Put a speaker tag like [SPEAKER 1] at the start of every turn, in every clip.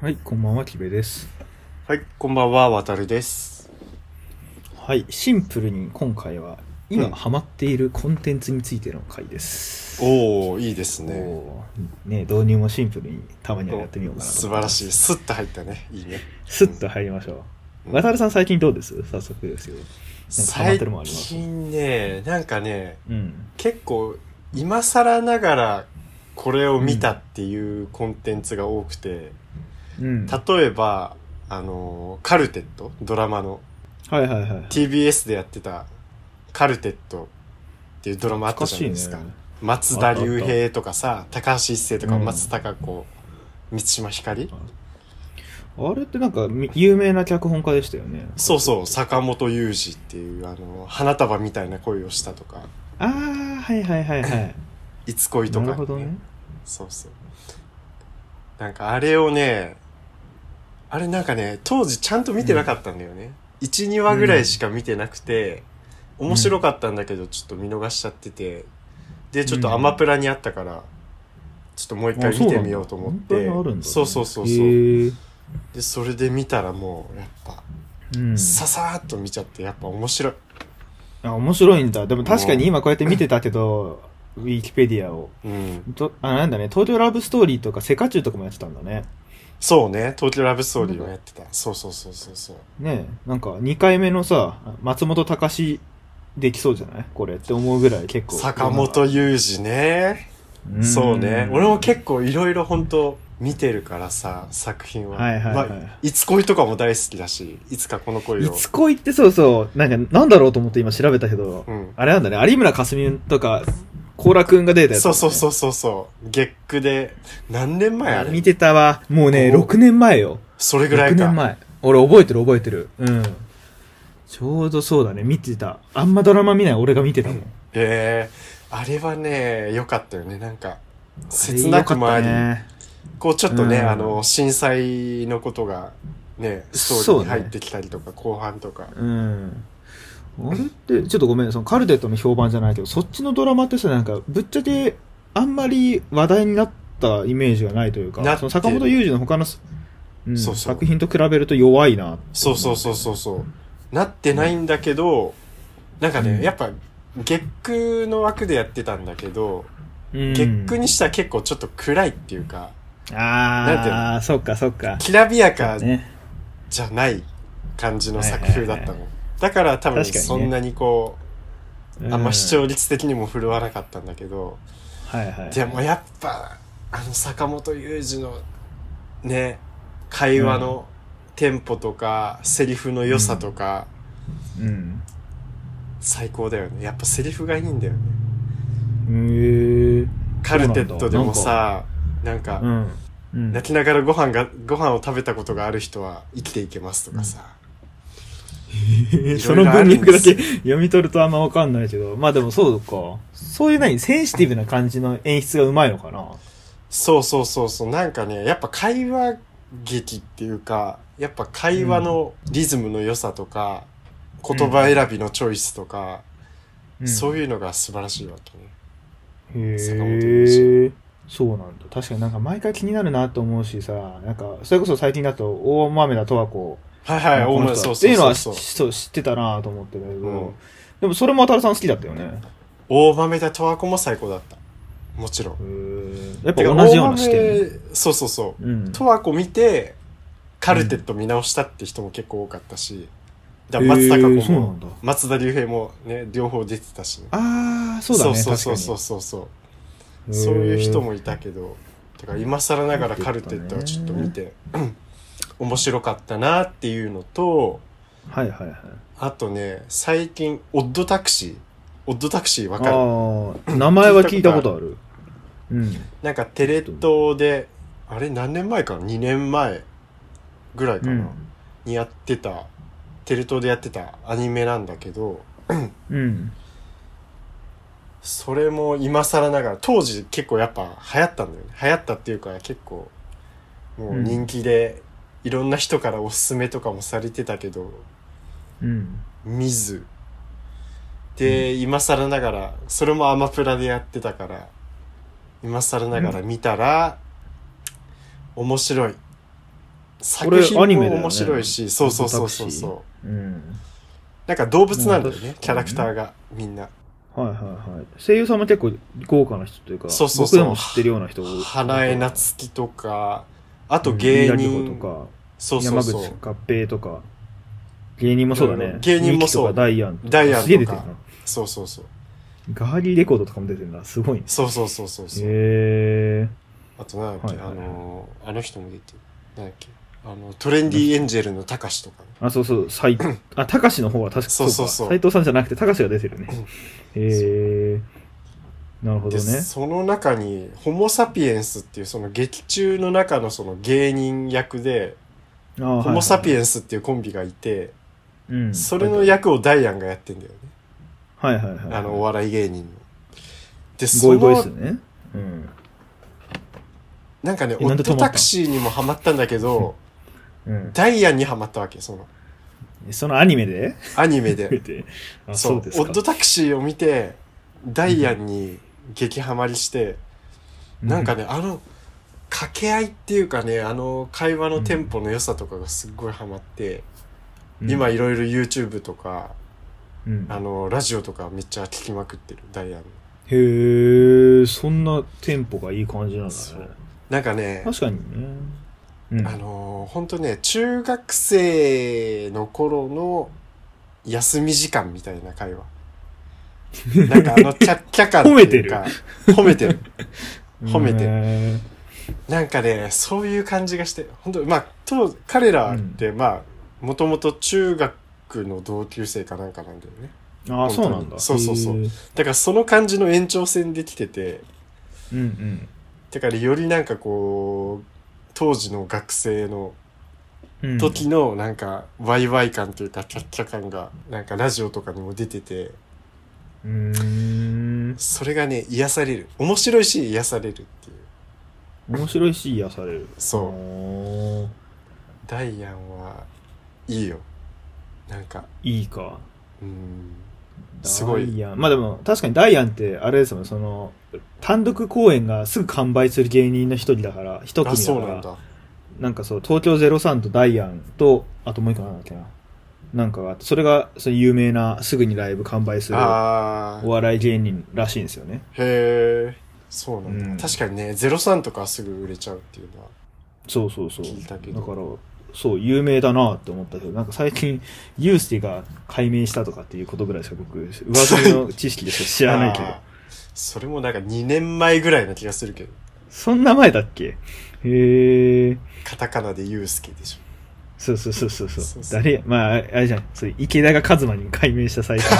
[SPEAKER 1] はい、こんばんは、きべです。
[SPEAKER 2] はい、こんばんは、わたるです。
[SPEAKER 1] はい、シンプルに今回は、
[SPEAKER 2] う
[SPEAKER 1] 今
[SPEAKER 2] ん
[SPEAKER 1] ハマっているコンテンツについての回です。
[SPEAKER 2] おお、いいですね。
[SPEAKER 1] おーね導入もシンプルにたまにはやってみようかなと。
[SPEAKER 2] 素晴らし
[SPEAKER 1] い。
[SPEAKER 2] い。スッと入ったね。いいね。
[SPEAKER 1] スッと入りましょう。
[SPEAKER 2] うん
[SPEAKER 1] 渡るさん最近どうです早速ですよ。ハマって
[SPEAKER 2] 最
[SPEAKER 1] るもんあります
[SPEAKER 2] 近ね、なんかね、
[SPEAKER 1] うん。
[SPEAKER 2] 結構、今更ながら、これを見たっていうコンテンツが多くて、
[SPEAKER 1] うん。はい
[SPEAKER 2] 例えば、あの、カルテット、ドラマの、
[SPEAKER 1] はいはいはい。
[SPEAKER 2] TBS でやってた、カルテットっていうドラマあったじゃないですか。
[SPEAKER 1] 懐かしいね
[SPEAKER 2] 松田龍平とかさ、高橋一生とか、
[SPEAKER 1] うん
[SPEAKER 2] 松たか子、満島ひかり
[SPEAKER 1] あれってなんか、み有名な脚本家でしたよね。
[SPEAKER 2] そうそう、坂本雄二っていう、あの、花束みたいな恋をしたとか、
[SPEAKER 1] あー、はいはいはいはい。
[SPEAKER 2] いつ恋と
[SPEAKER 1] な
[SPEAKER 2] か、
[SPEAKER 1] るほどね。
[SPEAKER 2] そうそう。なんかあれをね、あれなんかね、当時ちゃんと見てなかったんだよね。1、2話ぐらいしか見てなくて、面白かったんだけど、ちょっと見逃しちゃってて、で、ちょっとアマプラにあったから、ちょっともう一回見てみようと思って、
[SPEAKER 1] あそうなんだ本当にあるんだね
[SPEAKER 2] そうそうそう
[SPEAKER 1] へ
[SPEAKER 2] そう。
[SPEAKER 1] ー
[SPEAKER 2] で、それで見たらもう、やっぱ、
[SPEAKER 1] うん。
[SPEAKER 2] ささーっと見ちゃって、やっぱ面白い。
[SPEAKER 1] あ面白いんだでも確かに今こうやって見てたけどウィキペディアを
[SPEAKER 2] うん。
[SPEAKER 1] とあなんだね東京ラブストーリーとかセカチュウとかもやってたんだね
[SPEAKER 2] そうね、東京ラブストーリーをやってた。そうそうそうそうそう。
[SPEAKER 1] ねえなんか2回目のさ松本隆できそうじゃないこれって思うぐらい結構
[SPEAKER 2] 坂本雄二ね。
[SPEAKER 1] ん
[SPEAKER 2] そうね。俺も結構いろいろ本当見てるからさ、作品は。
[SPEAKER 1] はいはいはい
[SPEAKER 2] まあ、いつ恋とかも大好きだし、いつかこの恋
[SPEAKER 1] い
[SPEAKER 2] を。
[SPEAKER 1] つ恋ってそうそうなんかなんだろうと思って今調べたけど、
[SPEAKER 2] うん。
[SPEAKER 1] あれなんだね有村架純とか高良くんが出たやつ、
[SPEAKER 2] そうそうそううそうそう。月9で、何年前あれ
[SPEAKER 1] 見てたわもうね
[SPEAKER 2] お
[SPEAKER 1] 6年前よ
[SPEAKER 2] それぐら
[SPEAKER 1] 6
[SPEAKER 2] い
[SPEAKER 1] 年
[SPEAKER 2] か。
[SPEAKER 1] 前俺覚えてる覚えてるうんちょうどそうだね見てたあんまドラマ見ない俺が見てたもん
[SPEAKER 2] ええあれはね、良かったよね。なんか、切なくもあり、
[SPEAKER 1] あれ良かっ
[SPEAKER 2] こうちょっとね、
[SPEAKER 1] うん
[SPEAKER 2] あの、震災のことが、ね、ストーリーに入ってきたりとか、後半とか。
[SPEAKER 1] たねうんあれってちょっとごめんそのカルテットの評判じゃないけどそっちのドラマってさなんかぶっちゃけあんまり話題になったイメージがないというか
[SPEAKER 2] なって
[SPEAKER 1] その坂本雄二の他の、うん
[SPEAKER 2] そうそう
[SPEAKER 1] 作品と比べると弱いな
[SPEAKER 2] そうそうそうそうそう。なってないんだけど、なんかね、
[SPEAKER 1] うん
[SPEAKER 2] やっぱ、月空の枠でやってたんだけど、
[SPEAKER 1] うん
[SPEAKER 2] 月空にしたら結構ちょっと暗いっていうか、なんていう
[SPEAKER 1] ああそっかそっか
[SPEAKER 2] きらびやか
[SPEAKER 1] ね
[SPEAKER 2] じゃない感じの作風だった
[SPEAKER 1] はいはいはい
[SPEAKER 2] の。だから多分
[SPEAKER 1] 確かにね
[SPEAKER 2] そんなにこう、あんま視聴
[SPEAKER 1] うん
[SPEAKER 2] 率的にも振るわなかったんだけど、
[SPEAKER 1] はいはい
[SPEAKER 2] でもやっぱ、あの坂本雄二のね、会話のテンポとか、セリフの良さとか、
[SPEAKER 1] うん
[SPEAKER 2] 最高だよね。やっぱセリフがいいんだよね。
[SPEAKER 1] へえ
[SPEAKER 2] カルテットでもさ、なんか、
[SPEAKER 1] うんうん
[SPEAKER 2] 泣きながらご飯が、ご飯を食べたことがある人は生きていけますとかさ。
[SPEAKER 1] その文脈だけ読み取るとあんまわかんないけど、まあでもそうか。そういう何、センシティブな感じの演出がうまいのかな。
[SPEAKER 2] そうそうそうそう、なんかね、やっぱ会話劇っていうか、やっぱ会話のリズムの良さとか、
[SPEAKER 1] ん
[SPEAKER 2] 言葉選びのチョイスとか、そう
[SPEAKER 1] い
[SPEAKER 2] いうのが素晴らしいわけね。
[SPEAKER 1] うん。
[SPEAKER 2] 坂本龍
[SPEAKER 1] へえ。そうなんだ。確かになんか毎回気になるなと思うしさ、なんか、それこそ最近だと、大豆田十和子。
[SPEAKER 2] はいはい、
[SPEAKER 1] こ
[SPEAKER 2] お
[SPEAKER 1] の
[SPEAKER 2] 前、
[SPEAKER 1] 人
[SPEAKER 2] そ
[SPEAKER 1] は
[SPEAKER 2] う
[SPEAKER 1] って
[SPEAKER 2] そ
[SPEAKER 1] いううの
[SPEAKER 2] そう
[SPEAKER 1] は
[SPEAKER 2] そう。
[SPEAKER 1] 知知ってたなと思ってたけ
[SPEAKER 2] うん
[SPEAKER 1] ど、でもそれも渡るさん好きだったよね。
[SPEAKER 2] 大豆田十和子も最高だった。もちろん。
[SPEAKER 1] やっぱ同じような視
[SPEAKER 2] て
[SPEAKER 1] 点。
[SPEAKER 2] か大豆そうそうそう。
[SPEAKER 1] うん。
[SPEAKER 2] 十和子見てカルテット見直したって人も結構多かったし、だから松たか
[SPEAKER 1] へー
[SPEAKER 2] 子
[SPEAKER 1] そうな
[SPEAKER 2] も
[SPEAKER 1] んだ。
[SPEAKER 2] 松田龍平もね両方出てたしね
[SPEAKER 1] ああ、そうだね。
[SPEAKER 2] そう
[SPEAKER 1] 確か
[SPEAKER 2] そう
[SPEAKER 1] に
[SPEAKER 2] そうそうそうそういう人もいたけどだから今更ながらカルテットはちょっと見て、面白かったなっていうのと
[SPEAKER 1] はいはいはい。
[SPEAKER 2] あとね最近オッドタクシーオッドタクシーわかる
[SPEAKER 1] ああ、名前は聞いたことある。うん。
[SPEAKER 2] なんかテレ東であれ何年前かな2年前ぐらいかな、にやってた、テレ東でやってたアニメなんだけど、
[SPEAKER 1] うん。
[SPEAKER 2] それも今更ながら、当時結構やっぱ流行ったんだよね。流行ったっていうか結構、もう人気で、いろんな人からおすすめとかもされてたけど、
[SPEAKER 1] うん。
[SPEAKER 2] 見ず。で、今更ながら、それもアマプラでやってたから、今更ながら見たら、面白い。
[SPEAKER 1] これ
[SPEAKER 2] 作品
[SPEAKER 1] アニメ
[SPEAKER 2] も
[SPEAKER 1] だよね
[SPEAKER 2] 面白いし、そうそうそう
[SPEAKER 1] タ
[SPEAKER 2] そうそう
[SPEAKER 1] クシーうん
[SPEAKER 2] なんか動物なんだよ
[SPEAKER 1] うん
[SPEAKER 2] ねキャラクターがみんな
[SPEAKER 1] はいはいはい声優さんも結構豪華な人というか
[SPEAKER 2] そうそうそ
[SPEAKER 1] 僕
[SPEAKER 2] う
[SPEAKER 1] でも知ってるような人が多い
[SPEAKER 2] 花江夏樹とかあ
[SPEAKER 1] あ
[SPEAKER 2] と芸人
[SPEAKER 1] とか
[SPEAKER 2] そうそう
[SPEAKER 1] 山口
[SPEAKER 2] そう
[SPEAKER 1] 合平とか芸人もそうだね
[SPEAKER 2] 芸人もそ
[SPEAKER 1] ミ
[SPEAKER 2] う
[SPEAKER 1] キとかダイアンとか
[SPEAKER 2] ダイアンとか
[SPEAKER 1] すげえ出てるな
[SPEAKER 2] そうそうそう
[SPEAKER 1] ガーリーレコードとかも出てるなすごいね
[SPEAKER 2] そうそうそうそうそう
[SPEAKER 1] へえ
[SPEAKER 2] あとなんだっけ、
[SPEAKER 1] はいはいはい
[SPEAKER 2] あのーあの人も出てるなんだっけあのトレンディエンジェルのたかしとか、
[SPEAKER 1] あそうそう斎あ高志の方は確か
[SPEAKER 2] そうそうそう
[SPEAKER 1] か斎藤さんじゃなくて高志が出てるねへえなるほど
[SPEAKER 2] で
[SPEAKER 1] ね
[SPEAKER 2] その中にホモ・サピエンスっていうその劇中の中のその芸人役で
[SPEAKER 1] あー
[SPEAKER 2] ホモ・サピ
[SPEAKER 1] はい
[SPEAKER 2] エンスっていうコンビがいて
[SPEAKER 1] はいうん
[SPEAKER 2] それの役をダイアンがやってんだよね
[SPEAKER 1] はいはいはい
[SPEAKER 2] あのお笑い芸人の。で
[SPEAKER 1] ゴ
[SPEAKER 2] そ
[SPEAKER 1] イゴイっす
[SPEAKER 2] の
[SPEAKER 1] ねうん
[SPEAKER 2] なんかね
[SPEAKER 1] え
[SPEAKER 2] オ
[SPEAKER 1] なんで
[SPEAKER 2] ッ
[SPEAKER 1] 止ま
[SPEAKER 2] ト
[SPEAKER 1] った
[SPEAKER 2] タクシーにもハマったんだ けど
[SPEAKER 1] うん
[SPEAKER 2] ダイアンにハマったわけその
[SPEAKER 1] そのアニメで
[SPEAKER 2] アニメで
[SPEAKER 1] 見て あ
[SPEAKER 2] そ
[SPEAKER 1] そ
[SPEAKER 2] う
[SPEAKER 1] うです
[SPEAKER 2] オット
[SPEAKER 1] か
[SPEAKER 2] タクシーを見てダイアンに激ハマりして、なんかねあの掛け合いっていうかねあの会話のテンポの良さとかがすっごいハマって、
[SPEAKER 1] うん
[SPEAKER 2] 今いろいろ YouTube とか
[SPEAKER 1] うん
[SPEAKER 2] あのラジオとかめっちゃ聞きまくってるダイアンの
[SPEAKER 1] へえそんなテンポがいい感じなんだ
[SPEAKER 2] そう
[SPEAKER 1] ね
[SPEAKER 2] なんかね
[SPEAKER 1] 確かにねうん
[SPEAKER 2] あの本当ね中学生の頃の休み時間みたいな 会話なんかあのキャッキャ感っていうか褒めてる褒めて
[SPEAKER 1] て
[SPEAKER 2] なんかねそういう感じがして本当まあ当彼らって、まあもともと中学の同級生かなんかなんだよね
[SPEAKER 1] ああそうなんだ
[SPEAKER 2] そうそうそ
[SPEAKER 1] へ
[SPEAKER 2] う
[SPEAKER 1] ー
[SPEAKER 2] だからその感じの延長線で来てて
[SPEAKER 1] うんうん
[SPEAKER 2] だからよりなんかこう当時の学生の
[SPEAKER 1] うん
[SPEAKER 2] 時のなんかワイワイ感というかキャッキャ感がなんかラジオとかにも出てて
[SPEAKER 1] うーん
[SPEAKER 2] それがね癒される面白いし癒されるっていう
[SPEAKER 1] 面白いし癒される
[SPEAKER 2] そう
[SPEAKER 1] う
[SPEAKER 2] ダイアンはいいよなんか
[SPEAKER 1] いいか
[SPEAKER 2] うんすごい
[SPEAKER 1] ダイアンまあでも確かにダイアンってあれですもんその単独公演がすぐ完売する芸人の一人だから一
[SPEAKER 2] あ
[SPEAKER 1] 組
[SPEAKER 2] そう
[SPEAKER 1] だか
[SPEAKER 2] なん
[SPEAKER 1] ら
[SPEAKER 2] だ
[SPEAKER 1] なんかそう、東京03とダイアンと、あともう一個なんだっけな。なんかがあって、それが、その有名な、すぐにライブ完売する、
[SPEAKER 2] あ
[SPEAKER 1] お
[SPEAKER 2] あ
[SPEAKER 1] 笑い芸人らしいんですよね。
[SPEAKER 2] へえそうなんだ、
[SPEAKER 1] うん
[SPEAKER 2] 確かにね03とかすぐ売れちゃうっていうのは
[SPEAKER 1] そうそうそう。
[SPEAKER 2] 聞いたけど
[SPEAKER 1] だから、そう、有名だなって思ったけど、なんか最近、ユースティが解明したとかっていうことぐらいしか僕、上積みの知識でしか知
[SPEAKER 2] 知
[SPEAKER 1] らないけど。
[SPEAKER 2] それもなんか2年前ぐらいな気がするけど
[SPEAKER 1] そんな前だっけへえ。
[SPEAKER 2] カタカナでユうスケでしょ
[SPEAKER 1] そうそうそうそうそう。
[SPEAKER 2] そうそう
[SPEAKER 1] 誰、まあ、あれじゃん。そう池田が一馬に解明した最近。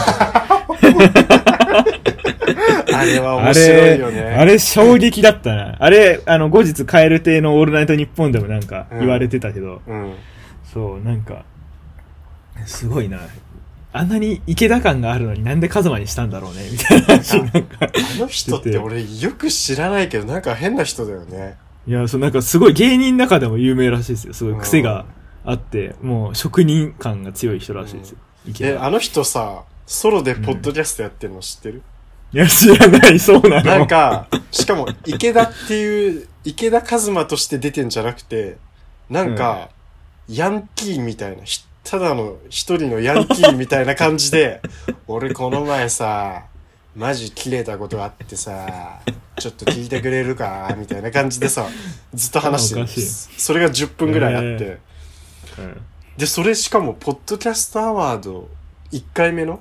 [SPEAKER 2] あれは
[SPEAKER 1] あ
[SPEAKER 2] 面白い
[SPEAKER 1] れ
[SPEAKER 2] よね、
[SPEAKER 1] あれ衝撃だったな。あれ、あの、後日、カエル亭のオールナイトニッポンでもなんか
[SPEAKER 2] うん
[SPEAKER 1] 言われてたけど、
[SPEAKER 2] うん
[SPEAKER 1] そう、なんか、すごいな。あんなに池田感があるのになんでカズマにしたんだろうね、みたいな話。なんか、
[SPEAKER 2] あの人って俺よく知らないけどなんか変な人だよね。
[SPEAKER 1] いや、そう、なんかすごい芸人の中でも有名らしいですよ。すごい癖があって、もう職人感が強い人らしいですよ。池
[SPEAKER 2] え、
[SPEAKER 1] 田。
[SPEAKER 2] あの人さ、ソロでポッドキャストやってるの知ってる、
[SPEAKER 1] いや、知ら ない、そうなの。
[SPEAKER 2] なんか、しかも池田っていう、池田和馬として出てんじゃなくて、なんか、ヤンキーみたいな、ひただの一人のヤンキーみたいな感じ で、俺この前さ、マジ切れたことあってさ、ちょっと聞いてくれるかみたいな感じでさ、ずっと話してる
[SPEAKER 1] おかしい
[SPEAKER 2] それが10分ぐらいあって。
[SPEAKER 1] へえうん、
[SPEAKER 2] で、それしかも、ポッドキャストアワード1回目の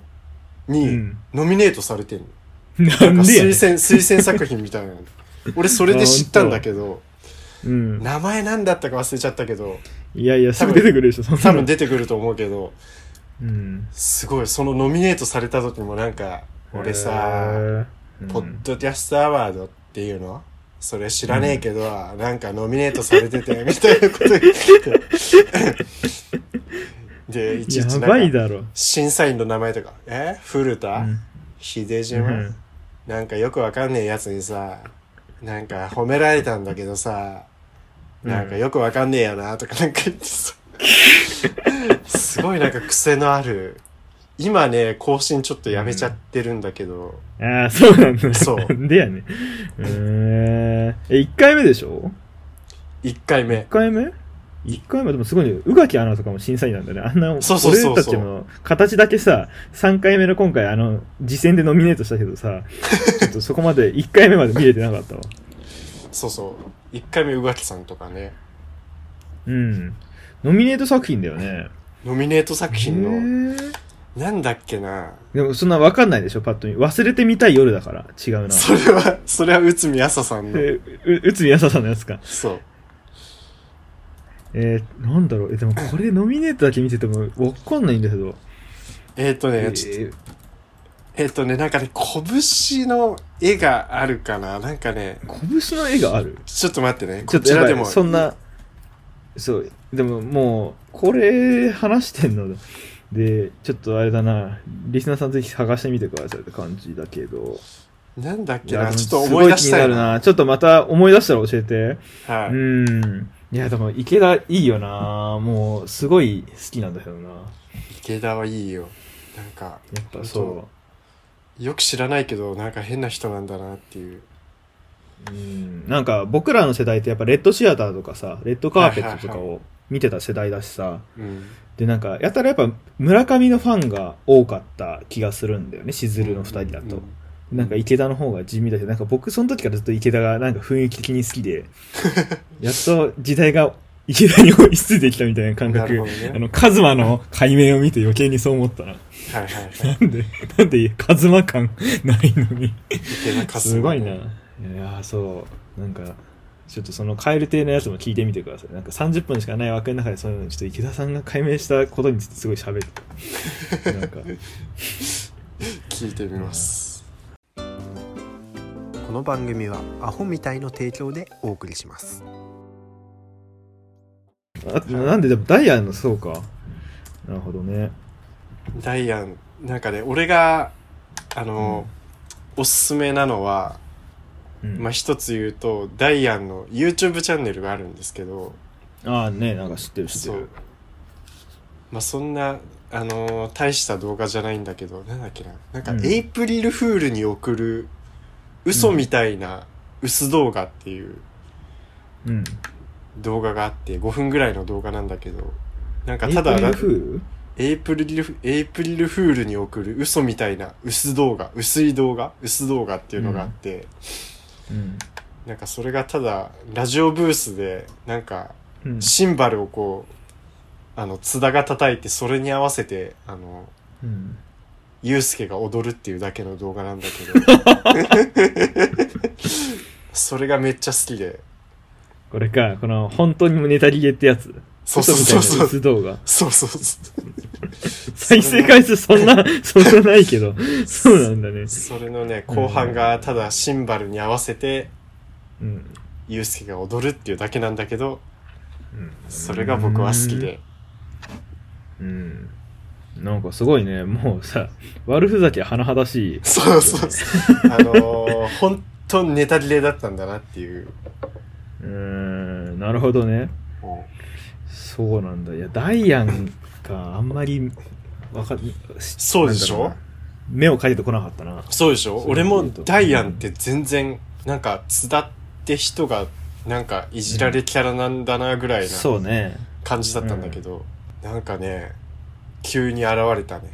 [SPEAKER 1] う
[SPEAKER 2] に
[SPEAKER 1] ん、
[SPEAKER 2] ノミネートされて んの。
[SPEAKER 1] なん
[SPEAKER 2] なんか
[SPEAKER 1] でやねん
[SPEAKER 2] 推薦、推薦作品みたいなの。俺、それで知ったんだけど、
[SPEAKER 1] うん。
[SPEAKER 2] 名前なんだったか忘れちゃったけど、
[SPEAKER 1] いやいや、すぐ出てくるでしょ、そんなの
[SPEAKER 2] 多分出てくると思うけど、
[SPEAKER 1] うん。
[SPEAKER 2] すごい、そのノミネートされた時もなんか、俺さ、
[SPEAKER 1] へえ、
[SPEAKER 2] ポッドキャストアワードっていうのそれ知らねえけど、なんかノミネートされてて、みたいなこと言っ てて。で、いちいち
[SPEAKER 1] や
[SPEAKER 2] なんか
[SPEAKER 1] ばいだろ。
[SPEAKER 2] 審査員の名前とか、え古田、
[SPEAKER 1] うん
[SPEAKER 2] 秀島、
[SPEAKER 1] うん
[SPEAKER 2] なんかよくわかんねえやつにさ、なんか褒められたんだけどさ、
[SPEAKER 1] うん
[SPEAKER 2] なんかよくわかんねえよなとかなんか言ってさ、すごいなんか癖のある、今ね、更新ちょっとやめちゃってるんだけど、
[SPEAKER 1] ああ、そうなんだ。
[SPEAKER 2] そう
[SPEAKER 1] なんでやねん。えー、え、1回目でしょ
[SPEAKER 2] 1回
[SPEAKER 1] ?1
[SPEAKER 2] 目。
[SPEAKER 1] 回目 ?1 一回目でもすごいね、宇垣アナとかも審査員なんだね。あんな、
[SPEAKER 2] そうそうそ
[SPEAKER 1] 俺
[SPEAKER 2] うそう
[SPEAKER 1] たちの形だけさ、3回目の今回、あの、次戦でノミネートしたけど さ、ちょっとそこまで、1回目まで見れてなかったわ。
[SPEAKER 2] そうそう1回目宇垣さんとかね
[SPEAKER 1] うん。ノミネート作品だよね。
[SPEAKER 2] ノミネート作
[SPEAKER 1] へ
[SPEAKER 2] 品の
[SPEAKER 1] ー
[SPEAKER 2] なんだっけな
[SPEAKER 1] でもそんなわかんないでしょ、パッと見。忘れてみたい夜だから、違うな。
[SPEAKER 2] それはそれは内海朝さんの
[SPEAKER 1] えう、うつみやささんのやつか。
[SPEAKER 2] そう
[SPEAKER 1] えー、なんだろう。え、でもこれノミネートだけ見ててもわかんないんだけど。
[SPEAKER 2] えっ、とね、
[SPEAKER 1] え
[SPEAKER 2] ちょっと
[SPEAKER 1] ー
[SPEAKER 2] えっ、とねなんかね拳の絵があるかななんかね
[SPEAKER 1] 拳の絵がある
[SPEAKER 2] ちょっと待ってね
[SPEAKER 1] ちょ
[SPEAKER 2] こ
[SPEAKER 1] っと
[SPEAKER 2] ち
[SPEAKER 1] や
[SPEAKER 2] ら
[SPEAKER 1] ば
[SPEAKER 2] でも
[SPEAKER 1] い。そんな、そう、でももう、これ話してんので、ちょっとあれだな、リスナーさんぜひ探してみてくださいって感じだけど。
[SPEAKER 2] なんだっ
[SPEAKER 1] い
[SPEAKER 2] けな
[SPEAKER 1] でも
[SPEAKER 2] ちょっと思い出したい
[SPEAKER 1] すご気にな
[SPEAKER 2] な
[SPEAKER 1] るな。ちょっとまた思い出したら教えて。
[SPEAKER 2] はい、
[SPEAKER 1] うん。いや、でも池田いいよな。もう、すごい好きなんだけどな。
[SPEAKER 2] 池田はいいよなんか
[SPEAKER 1] やっぱそう。
[SPEAKER 2] よく知らないけどなんか変な人なんだなっていう
[SPEAKER 1] うんなんか僕らの世代ってやっぱレッドシアターとかさレッドカーペットとか
[SPEAKER 2] はい
[SPEAKER 1] を見てた世代だしさ、
[SPEAKER 2] うん
[SPEAKER 1] でなんかやたらやっぱ村上のファンが多かった気がするんだよねしずるの2人だと、
[SPEAKER 2] うん
[SPEAKER 1] なんか池田の方が地味だけどなんか僕その時からずっと池田がなんか雰囲気的に好き でやっと時代が池田に追いついてきたみたいな感
[SPEAKER 2] なる
[SPEAKER 1] 覚、
[SPEAKER 2] ほどね
[SPEAKER 1] あのカズマの解明を見て余計にそう思ったな
[SPEAKER 2] はいはいはい
[SPEAKER 1] なんでなんでカズマ感ないのに
[SPEAKER 2] 池田勝
[SPEAKER 1] すごいな。いやー、そう。なんか、ちょっとそのカエル亭のやつも聞いてみてください。なんか30分しかない枠の中でそういうの、ちょっと池田さんが解明したことについてすごい喋る。 なんか、
[SPEAKER 2] 聞いてみます
[SPEAKER 3] この番組はアホみたいの提供でお送りします
[SPEAKER 1] あなんででもダイヤの、そうか。なるほどね。
[SPEAKER 2] ダイアンなんかね俺があの、おすすめなのは、
[SPEAKER 1] うん、
[SPEAKER 2] まあ、一つ言うとダイアンの YouTube チャンネルがあるんですけど
[SPEAKER 1] ああね、なんか知ってる知っ
[SPEAKER 2] そ
[SPEAKER 1] て
[SPEAKER 2] う
[SPEAKER 1] る。
[SPEAKER 2] まあそんなあの大した動画じゃないんだけどなんだっけななんか、
[SPEAKER 1] うん
[SPEAKER 2] エイプリルフールに送る嘘みたいな薄動画っていう
[SPEAKER 1] うん。
[SPEAKER 2] 動画があって5分ぐらいの動画なんだけどなんか
[SPEAKER 1] エイ
[SPEAKER 2] た
[SPEAKER 1] プ
[SPEAKER 2] だ
[SPEAKER 1] リルフール
[SPEAKER 2] エイプリルフ、エイプリルフールに送る嘘みたいな薄動画、薄い動画、薄動画っていうのがあって、
[SPEAKER 1] うん。
[SPEAKER 2] なんかそれがただ、ラジオブースで、なんか、
[SPEAKER 1] うん。
[SPEAKER 2] シンバルをこう、あの、津田が叩いて、それに合わせて、あの、
[SPEAKER 1] うん
[SPEAKER 2] ゆうすけが踊るっていうだけの動画なんだ けど。それがめっちゃ好きで。
[SPEAKER 1] これか、この、本当にネタ切れってやつ。
[SPEAKER 2] そうそうそ
[SPEAKER 1] 嘘
[SPEAKER 2] う
[SPEAKER 1] みた
[SPEAKER 2] そう。
[SPEAKER 1] いな薄動画。
[SPEAKER 2] そうそう そう。
[SPEAKER 1] 再生回数そんな、そんなないけ ど。そうなんだね。
[SPEAKER 2] それのね、後半がただシンバルに合わせて、
[SPEAKER 1] うん。
[SPEAKER 2] ゆうすけが踊るっていうだけなんだけど、
[SPEAKER 1] うん
[SPEAKER 2] それが僕は好きで。
[SPEAKER 1] うんなんかすごいねもうさ悪ふざけ甚だしい
[SPEAKER 2] そうそうそう。あのー、本当にネタ切れだったんだなっていう。
[SPEAKER 1] うーんなるほどねそうなんだいやダイアンがあんまりわか
[SPEAKER 2] そうでしょ
[SPEAKER 1] なんだろうな目をかけてこなかったな
[SPEAKER 2] そうでしょ
[SPEAKER 1] そう
[SPEAKER 2] 俺
[SPEAKER 1] い
[SPEAKER 2] も
[SPEAKER 1] いと
[SPEAKER 2] ダイアンって全然、なんか、津田って人が、なんか、いじられキャラなんだなぐらいな
[SPEAKER 1] そうね
[SPEAKER 2] 感じだったんだけど、なんかね、急に現れたね。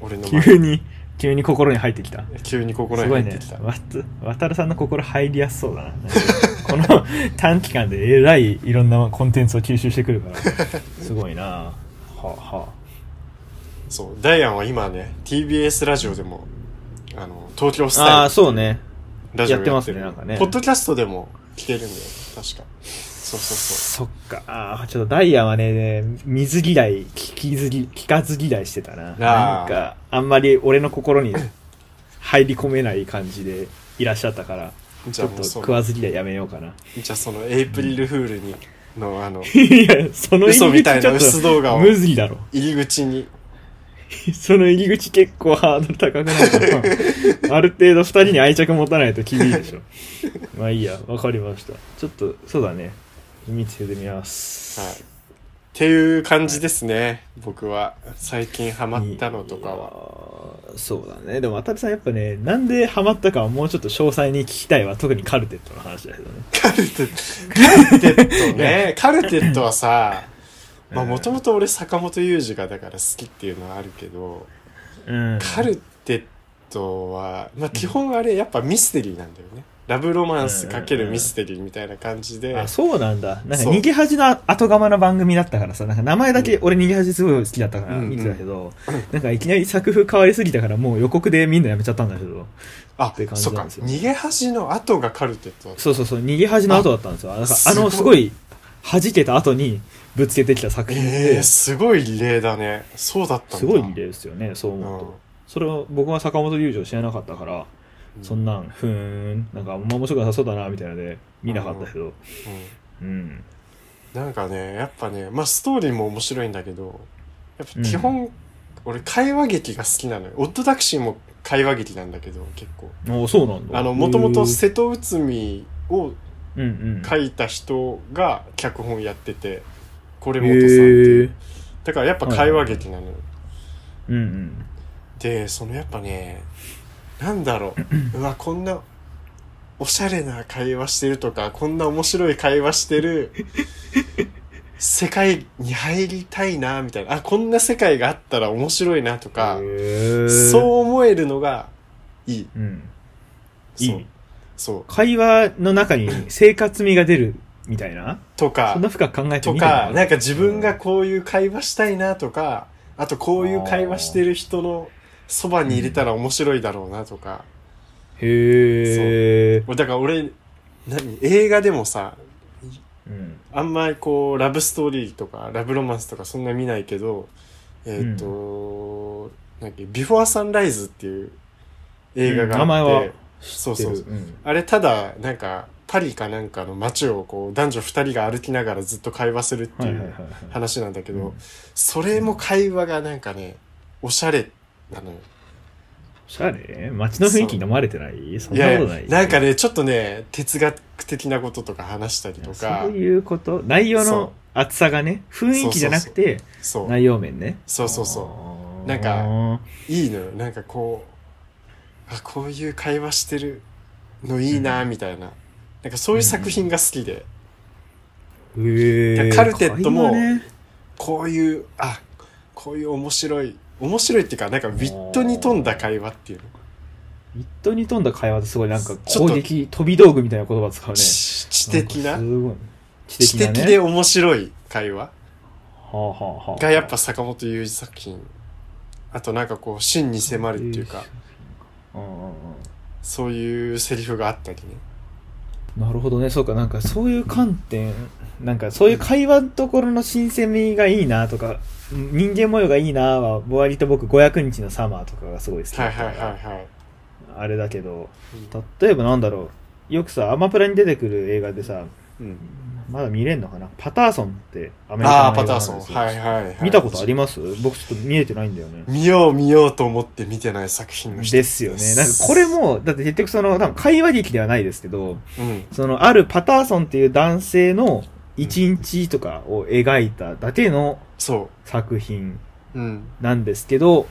[SPEAKER 2] 俺の前
[SPEAKER 1] 急に急に心に入ってきた
[SPEAKER 2] 急に心
[SPEAKER 1] す
[SPEAKER 2] に
[SPEAKER 1] ご
[SPEAKER 2] 入
[SPEAKER 1] い
[SPEAKER 2] って
[SPEAKER 1] ね
[SPEAKER 2] きた。
[SPEAKER 1] わつ渡るさんの心入りやすそうだななんかこの 短期間でえらいいろんなコンテンツを吸収してくるからすごいなはあはあ
[SPEAKER 2] そう、ダイアンは今ね、TBS ラジオでも、あの、東京ス
[SPEAKER 1] あ
[SPEAKER 2] タ
[SPEAKER 1] あ
[SPEAKER 2] イル
[SPEAKER 1] そうね
[SPEAKER 2] ラジオ
[SPEAKER 1] やってますねなんかね
[SPEAKER 2] ポッドキャストでも聞けるんだよね、確か。そうそうそう。
[SPEAKER 1] そっか、ああ、ちょっとダイヤはね、水嫌い、聞きずぎ、聞かず嫌いしてたな。なんか、あんまり俺の心に入り込めない感じでいらっしゃったから、
[SPEAKER 2] じ
[SPEAKER 1] ち
[SPEAKER 2] ゃ
[SPEAKER 1] ょ
[SPEAKER 2] あ
[SPEAKER 1] っ
[SPEAKER 2] もう
[SPEAKER 1] と
[SPEAKER 2] そ
[SPEAKER 1] 食
[SPEAKER 2] の
[SPEAKER 1] わず嫌いやめようかな。
[SPEAKER 2] じゃあそのエイプリルフールにのあの
[SPEAKER 1] いや、その
[SPEAKER 2] 嘘
[SPEAKER 1] 入
[SPEAKER 2] み
[SPEAKER 1] り
[SPEAKER 2] た
[SPEAKER 1] 口
[SPEAKER 2] いな
[SPEAKER 1] ちょっ
[SPEAKER 2] 薄動画
[SPEAKER 1] と、
[SPEAKER 2] を
[SPEAKER 1] むずいだろ。
[SPEAKER 2] 入り口に
[SPEAKER 1] その入り口結構ハードル高く ないかな。ある程度二人に愛着持たないと厳しいでしょ。まあいいや、わかりました。ちょっと、そうだね。見つけてみます。
[SPEAKER 2] はいていう感じですね、僕は最近ハマったのとかは
[SPEAKER 1] はそうだねでも渡辺さんやっぱねなんでハマったかはもうちょっと詳細に聞きたいわ特にカルテットの話だけどね
[SPEAKER 2] カルテットカルテッ トねカルテットはさまあもともと俺坂本雄二がだから好きっていうのはあるけど、
[SPEAKER 1] うん
[SPEAKER 2] カルテットは、まあ、基本あれやっぱミステリーなんだよねラブロマンスかけるミステリーみたいな感じで、
[SPEAKER 1] あそうなんだなんか
[SPEAKER 2] そう
[SPEAKER 1] 逃げ恥の後釜の番組だったからさなんか名前だけ俺逃げ恥すごい好きだったから
[SPEAKER 2] うん
[SPEAKER 1] 見てたけど、なんかいきなり作風変わりすぎたからもう予告でみんなやめちゃったんだけど
[SPEAKER 2] あ
[SPEAKER 1] て感じ
[SPEAKER 2] そっ
[SPEAKER 1] な
[SPEAKER 2] か
[SPEAKER 1] んですよ
[SPEAKER 2] 逃げ恥の後がカルテットだった
[SPEAKER 1] そうそうそう逃げ恥の後だったんですよあなんか
[SPEAKER 2] す
[SPEAKER 1] あ
[SPEAKER 2] ごい
[SPEAKER 1] のすごい弾けた後にぶつけてきた作品
[SPEAKER 2] え
[SPEAKER 1] で、
[SPEAKER 2] ー、すごい例だねそうだったん
[SPEAKER 1] す
[SPEAKER 2] だ
[SPEAKER 1] ごいんですよねそう思うと、
[SPEAKER 2] うん
[SPEAKER 1] それを僕は坂本龍二を知らなかったから、そんなんふーんなんかあんま面白くなさそうだなみたいなので見なかったけど
[SPEAKER 2] うん
[SPEAKER 1] うん、
[SPEAKER 2] なんかねやっぱねまあストーリーも面白いんだけどやっぱ基本、俺会話劇が好きなのよオッドタクシーも会話劇なんだけど結構
[SPEAKER 1] おそうなんだ
[SPEAKER 2] あのもともと
[SPEAKER 1] へー
[SPEAKER 2] 瀬戸内海を
[SPEAKER 1] うんうん
[SPEAKER 2] 書いた人が脚本やっててこれ
[SPEAKER 1] へ
[SPEAKER 2] 元さんっていう
[SPEAKER 1] ー
[SPEAKER 2] だからやっぱ会話劇なのよ、
[SPEAKER 1] うんうん
[SPEAKER 2] でそのやっぱねなんだろ ううわこんなおしゃれな会話してるとかこんな面白い会話し てる世界に入りたいなみたいなあこんな世界があったら面白いなとかそう
[SPEAKER 1] う、
[SPEAKER 2] 思えるのがいい
[SPEAKER 1] うん、い
[SPEAKER 2] そう
[SPEAKER 1] い
[SPEAKER 2] そう
[SPEAKER 1] 会話の中に生活味が出るみたいな
[SPEAKER 2] とか
[SPEAKER 1] そんな深く考えて
[SPEAKER 2] と
[SPEAKER 1] みた
[SPEAKER 2] か
[SPEAKER 1] い
[SPEAKER 2] なんか自分がこういう会話したいなとかあとこういう会話してる人のそばに入れたら面白いだろうなとか、
[SPEAKER 1] へえ
[SPEAKER 2] 俺だから俺何映画でもさ
[SPEAKER 1] うん
[SPEAKER 2] あんまりこうラブストーリーとかラブロマンスとかそんな見ないけどえっ、と、なんだっけビフォーサンライズっていう映画があって、
[SPEAKER 1] うん名前は
[SPEAKER 2] そうそう
[SPEAKER 1] 知ってるん
[SPEAKER 2] あれただなんかパリかなんかの街をこう男女二人が歩きながらずっと会話するって
[SPEAKER 1] はいいはいはいうはい
[SPEAKER 2] 話なんだけど、
[SPEAKER 1] うん
[SPEAKER 2] それも会話がなんかねおしゃれなのよ
[SPEAKER 1] おしゃれ街の雰囲気に飲まれてないそん
[SPEAKER 2] い
[SPEAKER 1] な
[SPEAKER 2] や
[SPEAKER 1] こと
[SPEAKER 2] い
[SPEAKER 1] ない
[SPEAKER 2] やなんかねちょっとね哲学的なこととか話したりとか
[SPEAKER 1] そういうこと内容
[SPEAKER 2] そう
[SPEAKER 1] の厚さがね雰囲気じゃなくて
[SPEAKER 2] そう
[SPEAKER 1] 内容面ね
[SPEAKER 2] そうそうそ
[SPEAKER 1] あー
[SPEAKER 2] なんかいいのよなんかこうあこういう会話してるのいいなみたいな,、なんかそういう作品が好きで、
[SPEAKER 1] へえ
[SPEAKER 2] カルテット
[SPEAKER 1] 会
[SPEAKER 2] も
[SPEAKER 1] 話ね
[SPEAKER 2] こういうあこういう面白い面白いっていうかなんかウィットに富んだ会話っていうの
[SPEAKER 1] 一頭に富んだ会話ってすごいなんか
[SPEAKER 2] ちょ
[SPEAKER 1] 攻
[SPEAKER 2] っと
[SPEAKER 1] 撃飛び道具みたいな言葉使うね
[SPEAKER 2] 知知的な
[SPEAKER 1] なんかすごい知
[SPEAKER 2] 知
[SPEAKER 1] 的な、ね、
[SPEAKER 2] 的で面白い会話
[SPEAKER 1] はあはあはあ
[SPEAKER 2] がやっぱ坂本雄二作品あとなんかこう真に迫るっていうか
[SPEAKER 1] うんうんうん
[SPEAKER 2] そういうセリフがあったりね
[SPEAKER 1] なるほどねそうかなんかそういう観点なんかそういう会話のところの新鮮味がいいなとか人間模様がいいなは割と僕500日のサマーとかがすごい好き
[SPEAKER 2] は
[SPEAKER 1] だ
[SPEAKER 2] い
[SPEAKER 1] った
[SPEAKER 2] はいはい
[SPEAKER 1] から
[SPEAKER 2] はい
[SPEAKER 1] あれだけど
[SPEAKER 2] うん
[SPEAKER 1] 例えばなんだろうよくさアマプラに出てくる映画でさ
[SPEAKER 2] うん
[SPEAKER 1] まだ見れんのかなパターソンってアメリ
[SPEAKER 2] あ
[SPEAKER 1] カの
[SPEAKER 2] あパ
[SPEAKER 1] 映画
[SPEAKER 2] タ
[SPEAKER 1] なんで
[SPEAKER 2] ー
[SPEAKER 1] す
[SPEAKER 2] ソ
[SPEAKER 1] よ
[SPEAKER 2] ンはいはいはい
[SPEAKER 1] 見たことあります僕ちょっと見えてないんだよね
[SPEAKER 2] 見よう見ようと思って見てない作品の一つ
[SPEAKER 1] ですよねなんかこれ、もだって結局その多分会話劇ではないですけど
[SPEAKER 2] うん、
[SPEAKER 1] そのあるパターソンっていう男性の一日とかを描いただけの
[SPEAKER 2] そ
[SPEAKER 1] 作品
[SPEAKER 2] う、うん、
[SPEAKER 1] なんですけど、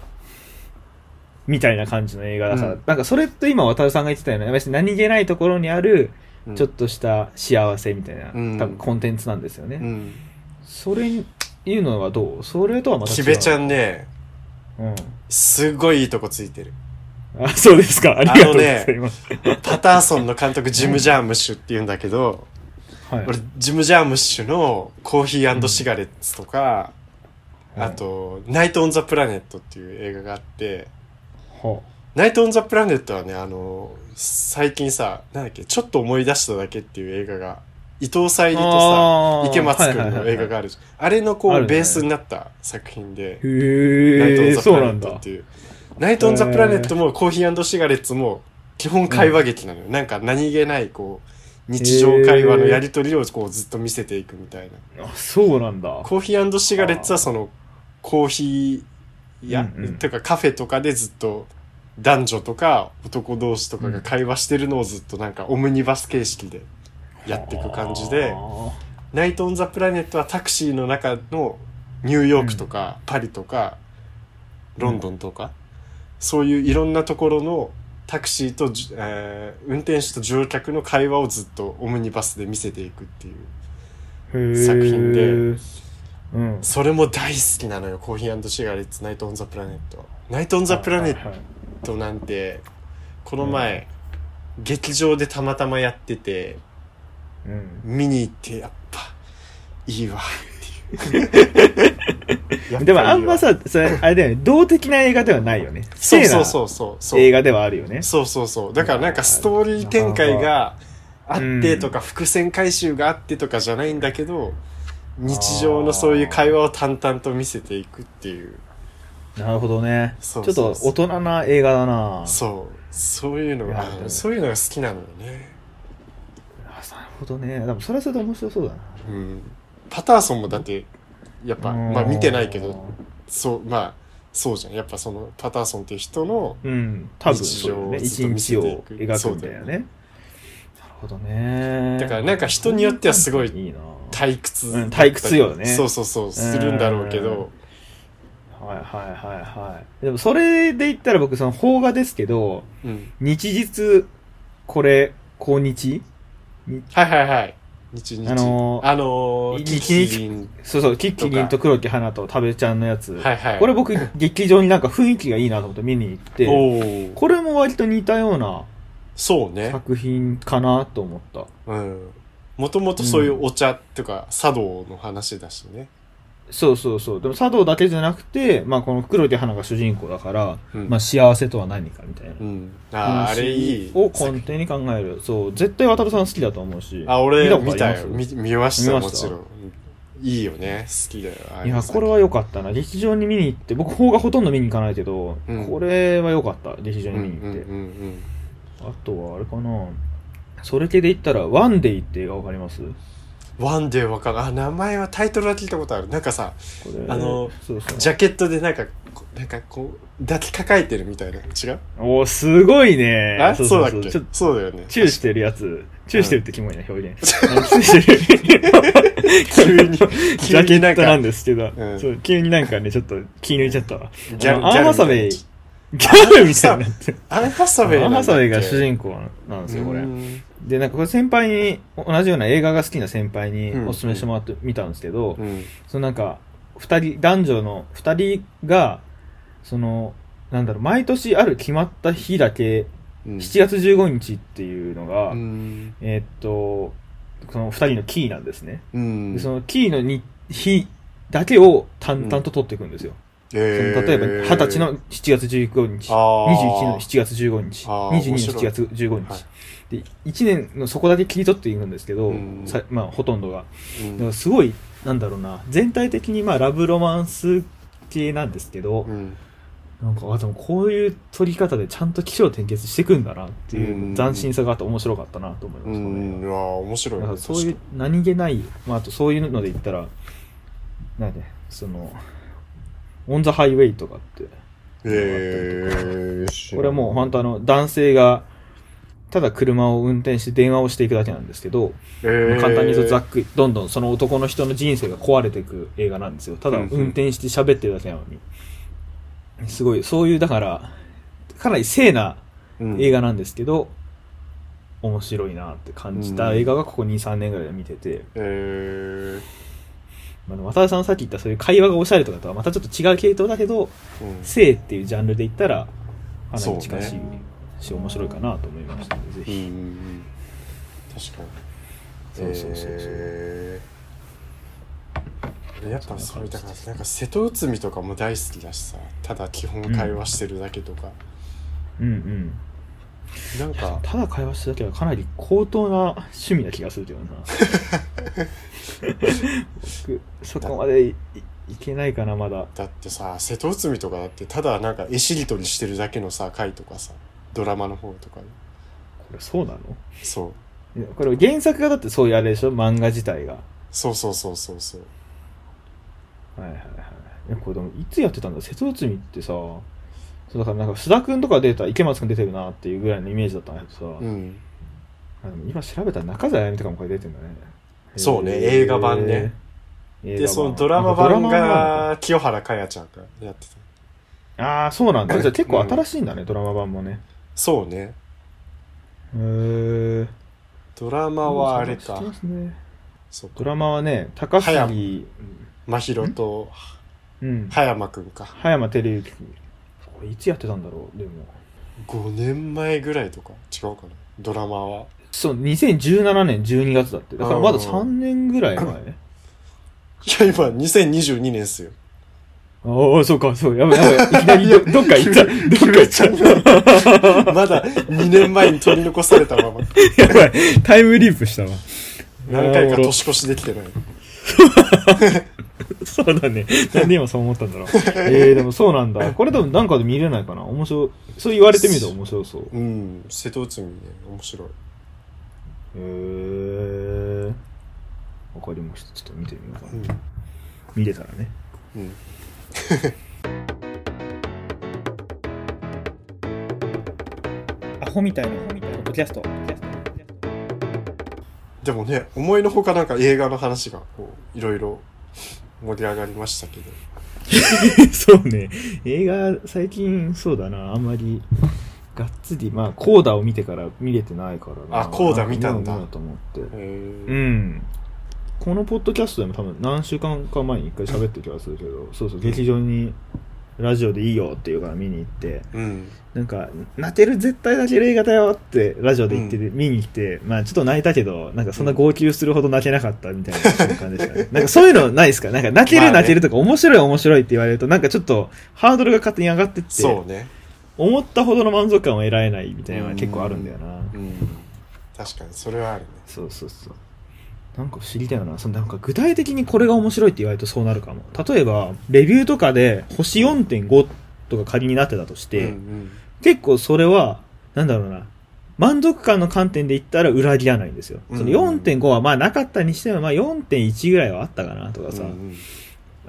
[SPEAKER 1] みたいな感じの映画だから、
[SPEAKER 2] うん
[SPEAKER 1] なんかそれと今渡るさんが言ってたような、別に何気ないところにある
[SPEAKER 2] うん
[SPEAKER 1] ちょっとした幸せみたいな、
[SPEAKER 2] うん
[SPEAKER 1] 多分コンテンツなんですよね。
[SPEAKER 2] うん、
[SPEAKER 1] それに、いうのはどうそれとはまた違う。
[SPEAKER 2] キベちゃんね
[SPEAKER 1] うん。
[SPEAKER 2] すごいいいとこついてる
[SPEAKER 1] あ、そうですか。ありがとうございます。
[SPEAKER 2] パターソンの監督ジム・ジャームッシュっていうんだけど
[SPEAKER 1] はい。
[SPEAKER 2] 俺ジム・ジャームッシュの「コーヒーシガレッツ」とか、あと「ナイト・オン・ザ・プラネット」っていう映画があって
[SPEAKER 1] は
[SPEAKER 2] ナイト・オン・ザ・プラネットはねあの最近さなんだっけちょっと思い出しただけっていう映画が伊藤沙莉とさ
[SPEAKER 1] あー
[SPEAKER 2] 池松君の映画があるじゃんあれのこ
[SPEAKER 1] あるね
[SPEAKER 2] うベースになった作品で「ナイト・オ
[SPEAKER 1] へ
[SPEAKER 2] ン・
[SPEAKER 1] え、
[SPEAKER 2] ザ・
[SPEAKER 1] そ
[SPEAKER 2] プ
[SPEAKER 1] う
[SPEAKER 2] ラ
[SPEAKER 1] な
[SPEAKER 2] ネ
[SPEAKER 1] ん
[SPEAKER 2] ット」っ
[SPEAKER 1] だ。
[SPEAKER 2] ていう「ナイト・オン・ザ・プラネット」も「コーヒーシガレッツ」も基本会話劇なのよ、なんか何気ないこう日常会話のやり取りをこうずっと見せていくみたいな
[SPEAKER 1] あ、そうなんだ。
[SPEAKER 2] コーヒーシガレッツはそのコーヒーや、
[SPEAKER 1] うんうん
[SPEAKER 2] とかカフェとかでずっと男女とか男同士とかが会話してるのをずっとなんかオムニバス形式でやっていく感じで
[SPEAKER 1] は
[SPEAKER 2] ナイト・オン・ザ・プラネットはタクシーの中のニューヨークとか、パリとか、ロンドンとか、そういういろんなところのタクシーとじゅ、えー運転手と乗客の会話をずっとオムニバスで見せていくっていう。作品で
[SPEAKER 1] へーうん
[SPEAKER 2] それも大好きなのよ、コーヒーシガレッツ、ナイト・オン・ザ・プラネット。ナイト・オン・ザ・プラネット
[SPEAKER 1] はいはいはい
[SPEAKER 2] えっとなんてこの前、劇場でたまたまやってて
[SPEAKER 1] うん
[SPEAKER 2] 見に行ってやっぱいいわ っていうやっぱいいわ
[SPEAKER 1] でもあんまさそれあれだよね動的な映画ではないよね
[SPEAKER 2] そうそう
[SPEAKER 1] う
[SPEAKER 2] そうそうそう
[SPEAKER 1] 映画ではあるよね
[SPEAKER 2] そうそうそうだからなんかストーリー展開があってとか伏線回収があってとかじゃないんだけど日常のそういう会話を淡々と見せていくっていう
[SPEAKER 1] なるほどねち
[SPEAKER 2] そ
[SPEAKER 1] ょ
[SPEAKER 2] う
[SPEAKER 1] っ
[SPEAKER 2] そうそう
[SPEAKER 1] と大人な映画だな
[SPEAKER 2] そうそういうの
[SPEAKER 1] いやで
[SPEAKER 2] が
[SPEAKER 1] も
[SPEAKER 2] そういうのが好きなのよね
[SPEAKER 1] あなるほどねでもそれはそれで面白そうだな
[SPEAKER 2] うんパターソンもだってやっぱまあ見てないけどそうまあそうじゃんやっぱそのパターソンっていう人の
[SPEAKER 1] うん多分
[SPEAKER 2] 日
[SPEAKER 1] そう
[SPEAKER 2] 常
[SPEAKER 1] だよ
[SPEAKER 2] を
[SPEAKER 1] ね
[SPEAKER 2] ずっ
[SPEAKER 1] 一
[SPEAKER 2] と見せ
[SPEAKER 1] 日を
[SPEAKER 2] てい
[SPEAKER 1] 描く
[SPEAKER 2] く
[SPEAKER 1] みたいな
[SPEAKER 2] そう
[SPEAKER 1] ね
[SPEAKER 2] だ
[SPEAKER 1] なるほどね
[SPEAKER 2] だからなんか人によってはすごい
[SPEAKER 1] いいな
[SPEAKER 2] 退屈、
[SPEAKER 1] うん退屈よね
[SPEAKER 2] そうそうそうするんだろうけど
[SPEAKER 1] はいはいはいはいでもそれで言ったら僕その邦画ですけど
[SPEAKER 2] うん
[SPEAKER 1] 日日これ今日
[SPEAKER 2] はいはいはい日々
[SPEAKER 1] あのー
[SPEAKER 2] あのー、
[SPEAKER 1] 日々
[SPEAKER 2] キキリン
[SPEAKER 1] そうそうキッキリンと黒木花と食べちゃんのやつ、
[SPEAKER 2] はいはい
[SPEAKER 1] これ僕劇場になんか雰囲気がいいなと思って見に行って
[SPEAKER 2] おー
[SPEAKER 1] これも割と似たような
[SPEAKER 2] そうね
[SPEAKER 1] 作品かなと思った。
[SPEAKER 2] うんもともとそういうお茶っていうか茶道の話だしね、
[SPEAKER 1] そうそうそう。でも茶道だけじゃなくて、まあこの黒手花が主人公だから、
[SPEAKER 2] うん
[SPEAKER 1] まあ幸せとは何かみたいな
[SPEAKER 2] う。ん、あーあれいい
[SPEAKER 1] を根底に考える。そう。絶対渡さん好きだと思うし。
[SPEAKER 2] あ、俺
[SPEAKER 1] たこと
[SPEAKER 2] 見
[SPEAKER 1] ありま
[SPEAKER 2] た
[SPEAKER 1] す
[SPEAKER 2] よ。見見ました、
[SPEAKER 1] 見
[SPEAKER 2] も
[SPEAKER 1] まし
[SPEAKER 2] ち
[SPEAKER 1] た
[SPEAKER 2] ろん。いいよね。好きだよ。ああ
[SPEAKER 1] いうや、
[SPEAKER 2] 作
[SPEAKER 1] これは良かったな。劇場に見に行って、僕、邦画ほとんど見に行かないけど、
[SPEAKER 2] うん
[SPEAKER 1] これは良かった。劇場
[SPEAKER 2] うん
[SPEAKER 1] に
[SPEAKER 2] う
[SPEAKER 1] 見に
[SPEAKER 2] んう
[SPEAKER 1] 行っ
[SPEAKER 2] ん
[SPEAKER 1] て。
[SPEAKER 2] うん。
[SPEAKER 1] あとは、あれかな。それ系で言ったら、ワンデイって映画わかりますこ
[SPEAKER 2] ワンデーわかる。あ、名前はタイトルは聞いたことある。なんかさ、
[SPEAKER 1] れ。
[SPEAKER 2] あの、
[SPEAKER 1] そうそう。
[SPEAKER 2] ジャケットでなんか、こなんかこう、抱きかかえてるみたいな。違う
[SPEAKER 1] おーすごいね。
[SPEAKER 2] あ、そうだっ
[SPEAKER 1] ちょ
[SPEAKER 2] けそうだよね。
[SPEAKER 1] チューしてるやつ、チューしてるってキモいな、表現。チューしてる。
[SPEAKER 2] 急に、
[SPEAKER 1] ジ
[SPEAKER 2] 急
[SPEAKER 1] ャケ
[SPEAKER 2] にな
[SPEAKER 1] ッ
[SPEAKER 2] ん
[SPEAKER 1] トな
[SPEAKER 2] か
[SPEAKER 1] ん、ですけど、
[SPEAKER 2] うん
[SPEAKER 1] そう急になんかね、ちょっと気抜いちゃったわ。
[SPEAKER 2] ギャル
[SPEAKER 1] あのアンハサウェイ、
[SPEAKER 2] ギ
[SPEAKER 1] ギャル みたいになってる。
[SPEAKER 2] アンハサウェイ
[SPEAKER 1] ア
[SPEAKER 2] なん
[SPEAKER 1] ン
[SPEAKER 2] だ
[SPEAKER 1] ハサ
[SPEAKER 2] っけ。
[SPEAKER 1] ウェイが主人公なんですよ、これ
[SPEAKER 2] う。ん
[SPEAKER 1] で、なんかこれ先輩に、同じような映画が好きな先輩に
[SPEAKER 2] うん
[SPEAKER 1] お勧めしてもらって見たんですけど、
[SPEAKER 2] うん。
[SPEAKER 1] そのなんか、二人、男女の二人が、その、なんだろう、毎年ある決まった日だけ、
[SPEAKER 2] うん
[SPEAKER 1] 7月15日っていうのが
[SPEAKER 2] う、ん。
[SPEAKER 1] えーっと、その二人のキーなんですね。
[SPEAKER 2] うん
[SPEAKER 1] でそのキーのに日だけを淡々と取っていくんですよ。その例えば、二十歳、
[SPEAKER 2] えー
[SPEAKER 1] の7月15日、
[SPEAKER 2] あー
[SPEAKER 1] 21の7月15日、
[SPEAKER 2] あー
[SPEAKER 1] 22の
[SPEAKER 2] 面白い
[SPEAKER 1] 7月15日、
[SPEAKER 2] は
[SPEAKER 1] で、1年のそこだけ切り取っていくんですけど、
[SPEAKER 2] うん
[SPEAKER 1] さまあ、ほとんどが。
[SPEAKER 2] う
[SPEAKER 1] だか
[SPEAKER 2] ん
[SPEAKER 1] らすごい、なんだろうな、全体的にまあ、ラブロマンス系なんですけど、
[SPEAKER 2] うん。
[SPEAKER 1] なんか、あ、でもこういう取り方でちゃんと起承転結していくんだなって
[SPEAKER 2] う
[SPEAKER 1] い
[SPEAKER 2] ん
[SPEAKER 1] う斬新さがあって面白かったなと思いま
[SPEAKER 2] う
[SPEAKER 1] したね。
[SPEAKER 2] ん。うわ面白い
[SPEAKER 1] だ
[SPEAKER 2] ね
[SPEAKER 1] か。らそうい
[SPEAKER 2] 確
[SPEAKER 1] う
[SPEAKER 2] か
[SPEAKER 1] 何気ない、まあ、あとそういうので言ったら、なんで、その、オン・ザ・ハイウェイとかって、
[SPEAKER 2] にえー
[SPEAKER 1] これはもう本当あの、男性が、ただ車を運転して電話をしていくだけなんですけど、
[SPEAKER 2] えー
[SPEAKER 1] 簡単に言うとざっくり、どんどんその男の人の人生が壊れていく映画なんですよ。ただ
[SPEAKER 2] うんうん
[SPEAKER 1] 運転して喋ってるだけなのに。すごい、そういう、だから、かなり聖な
[SPEAKER 2] うん
[SPEAKER 1] 映画なんですけど、面白いなって感じた映画がここ2、3年ぐらいで見てて、
[SPEAKER 2] えー
[SPEAKER 1] まあ、渡辺さんのさっき言ったそういう会話がおしゃれとかとはまたちょっと違う系統だけど
[SPEAKER 2] うん
[SPEAKER 1] 性っていうジャンルで言ったらかな
[SPEAKER 2] そう
[SPEAKER 1] り
[SPEAKER 2] ね
[SPEAKER 1] 近しいし、面白いかなと思いましたのでぜ
[SPEAKER 2] うんうん
[SPEAKER 1] ひ、
[SPEAKER 2] うん確かに
[SPEAKER 1] そうそうそうそう
[SPEAKER 2] えーやっぱそれだからなんか瀬戸内海とかも大好きだしさただ基本会話してるだけとか、
[SPEAKER 1] うんうん
[SPEAKER 2] なんか
[SPEAKER 1] ただ会話してるだけはかなり高等な趣味な気がするけどな 僕そこまでいいいけないかなまだ
[SPEAKER 2] だってさ瀬戸内海とかだってただなんか絵しりとりしてるだけのさ回とかさドラマの方とかね
[SPEAKER 1] これそうなの
[SPEAKER 2] そう
[SPEAKER 1] いやこれ原作がだってそういうあれでしょ漫画自体が
[SPEAKER 2] そうそうそうそうそう
[SPEAKER 1] はいはいはい。いやこれでもいつやってたんだ瀬戸内海ってさ、そうだからなんか須田くんとか出たら池松くん出てるなっていうぐらいのイメージだったんだけどさ、
[SPEAKER 2] うん
[SPEAKER 1] あでも今調べたら中澤あやみとかもこれ出てんだね。
[SPEAKER 2] そうね映画版ね
[SPEAKER 1] 映画版。
[SPEAKER 2] で、そのドラマ版
[SPEAKER 1] あドラマ版
[SPEAKER 2] が清原かやちゃんがやってた。
[SPEAKER 1] ああ、そうなんだ。じゃあ結構新しいんだね、ドラマ版もね。
[SPEAKER 2] そうね。
[SPEAKER 1] へー
[SPEAKER 2] ドラマはあれか。そう
[SPEAKER 1] ド
[SPEAKER 2] か。
[SPEAKER 1] ラマはね、高杉、
[SPEAKER 2] まひろと
[SPEAKER 1] うん、
[SPEAKER 2] 葉山くんか。
[SPEAKER 1] 葉山照之。これいつやってたんだろう、でも。
[SPEAKER 2] 5年前ぐらいとか違うかな。ドラマは。
[SPEAKER 1] そう、2017年12月だって。だからまだ
[SPEAKER 2] あー
[SPEAKER 1] 3年ぐらい前ね。
[SPEAKER 2] いや、今、2022年っすよ。
[SPEAKER 1] ああ、そうか、そう、やばいやばい。いきなりどどっか行 った。どっか行っちゃった。
[SPEAKER 2] まだ2年前に取り残されたまま。
[SPEAKER 1] やばい、タイムリープしたわ。
[SPEAKER 2] 何回か年越しできてない。
[SPEAKER 1] そうだ ね。なんで今そう思ったんだろう。えー、でもそうなん だ。これでもなんかで見れないかな。面白い。そう言われてみると面白そう。へ
[SPEAKER 2] うん。瀬戸内海ね、面白い。
[SPEAKER 1] えー。わかりました。ちょっと見てみようかな。
[SPEAKER 2] うん。
[SPEAKER 1] 見れたらね。
[SPEAKER 2] うん。
[SPEAKER 1] アホみたいな、みたいな。ポッドキャスト。
[SPEAKER 2] でもね、思いのほかなんか映画の話が、こう、いろいろ盛り上がりましたけど。
[SPEAKER 1] そうね。映画、最近、そうだな。あんまり、がっつり、まあ、コーダを見てから見れてないからな。
[SPEAKER 2] あコーダ見たんだ
[SPEAKER 1] なんか見よう見ようと思って。
[SPEAKER 2] へー
[SPEAKER 1] うん。このポッドキャストでも多分何週間か前に一回喋った気がするけど、そうそう、劇場にラジオでいいよっていうから見に行って、
[SPEAKER 2] うん。
[SPEAKER 1] なんか、泣ける絶対泣ける映画だよってラジオで言ってて、見に来て、まあちょっと泣いたけど、なんかそんな号泣するほど泣けなかったみたいな瞬間でしたね。 なんかそういうのないですかなんか泣け
[SPEAKER 2] まあ
[SPEAKER 1] る
[SPEAKER 2] ね
[SPEAKER 1] 泣けるとか面白い面白いって言われると、なんかちょっとハードルが勝手に上がってって、
[SPEAKER 2] そうね。
[SPEAKER 1] 思ったほどの満足感を得られないみたいなのが結構あるんだよな。
[SPEAKER 2] うん。確かに、それはあるね。
[SPEAKER 1] そうそうそうなんか不思議だよなそのなんか具体的にこれが面白いって言われるとそうなるかも例えばレビューとかで星4.5とか仮になってたとして、
[SPEAKER 2] うん
[SPEAKER 1] 結構それはなんだろうな満足感の観点で言ったら裏切らないんですよ。その
[SPEAKER 2] うん
[SPEAKER 1] 4.5はまあなかったにしても、まあ4.1ぐらいはあったかなと
[SPEAKER 2] う
[SPEAKER 1] か
[SPEAKER 2] ん、
[SPEAKER 1] さ、
[SPEAKER 2] うん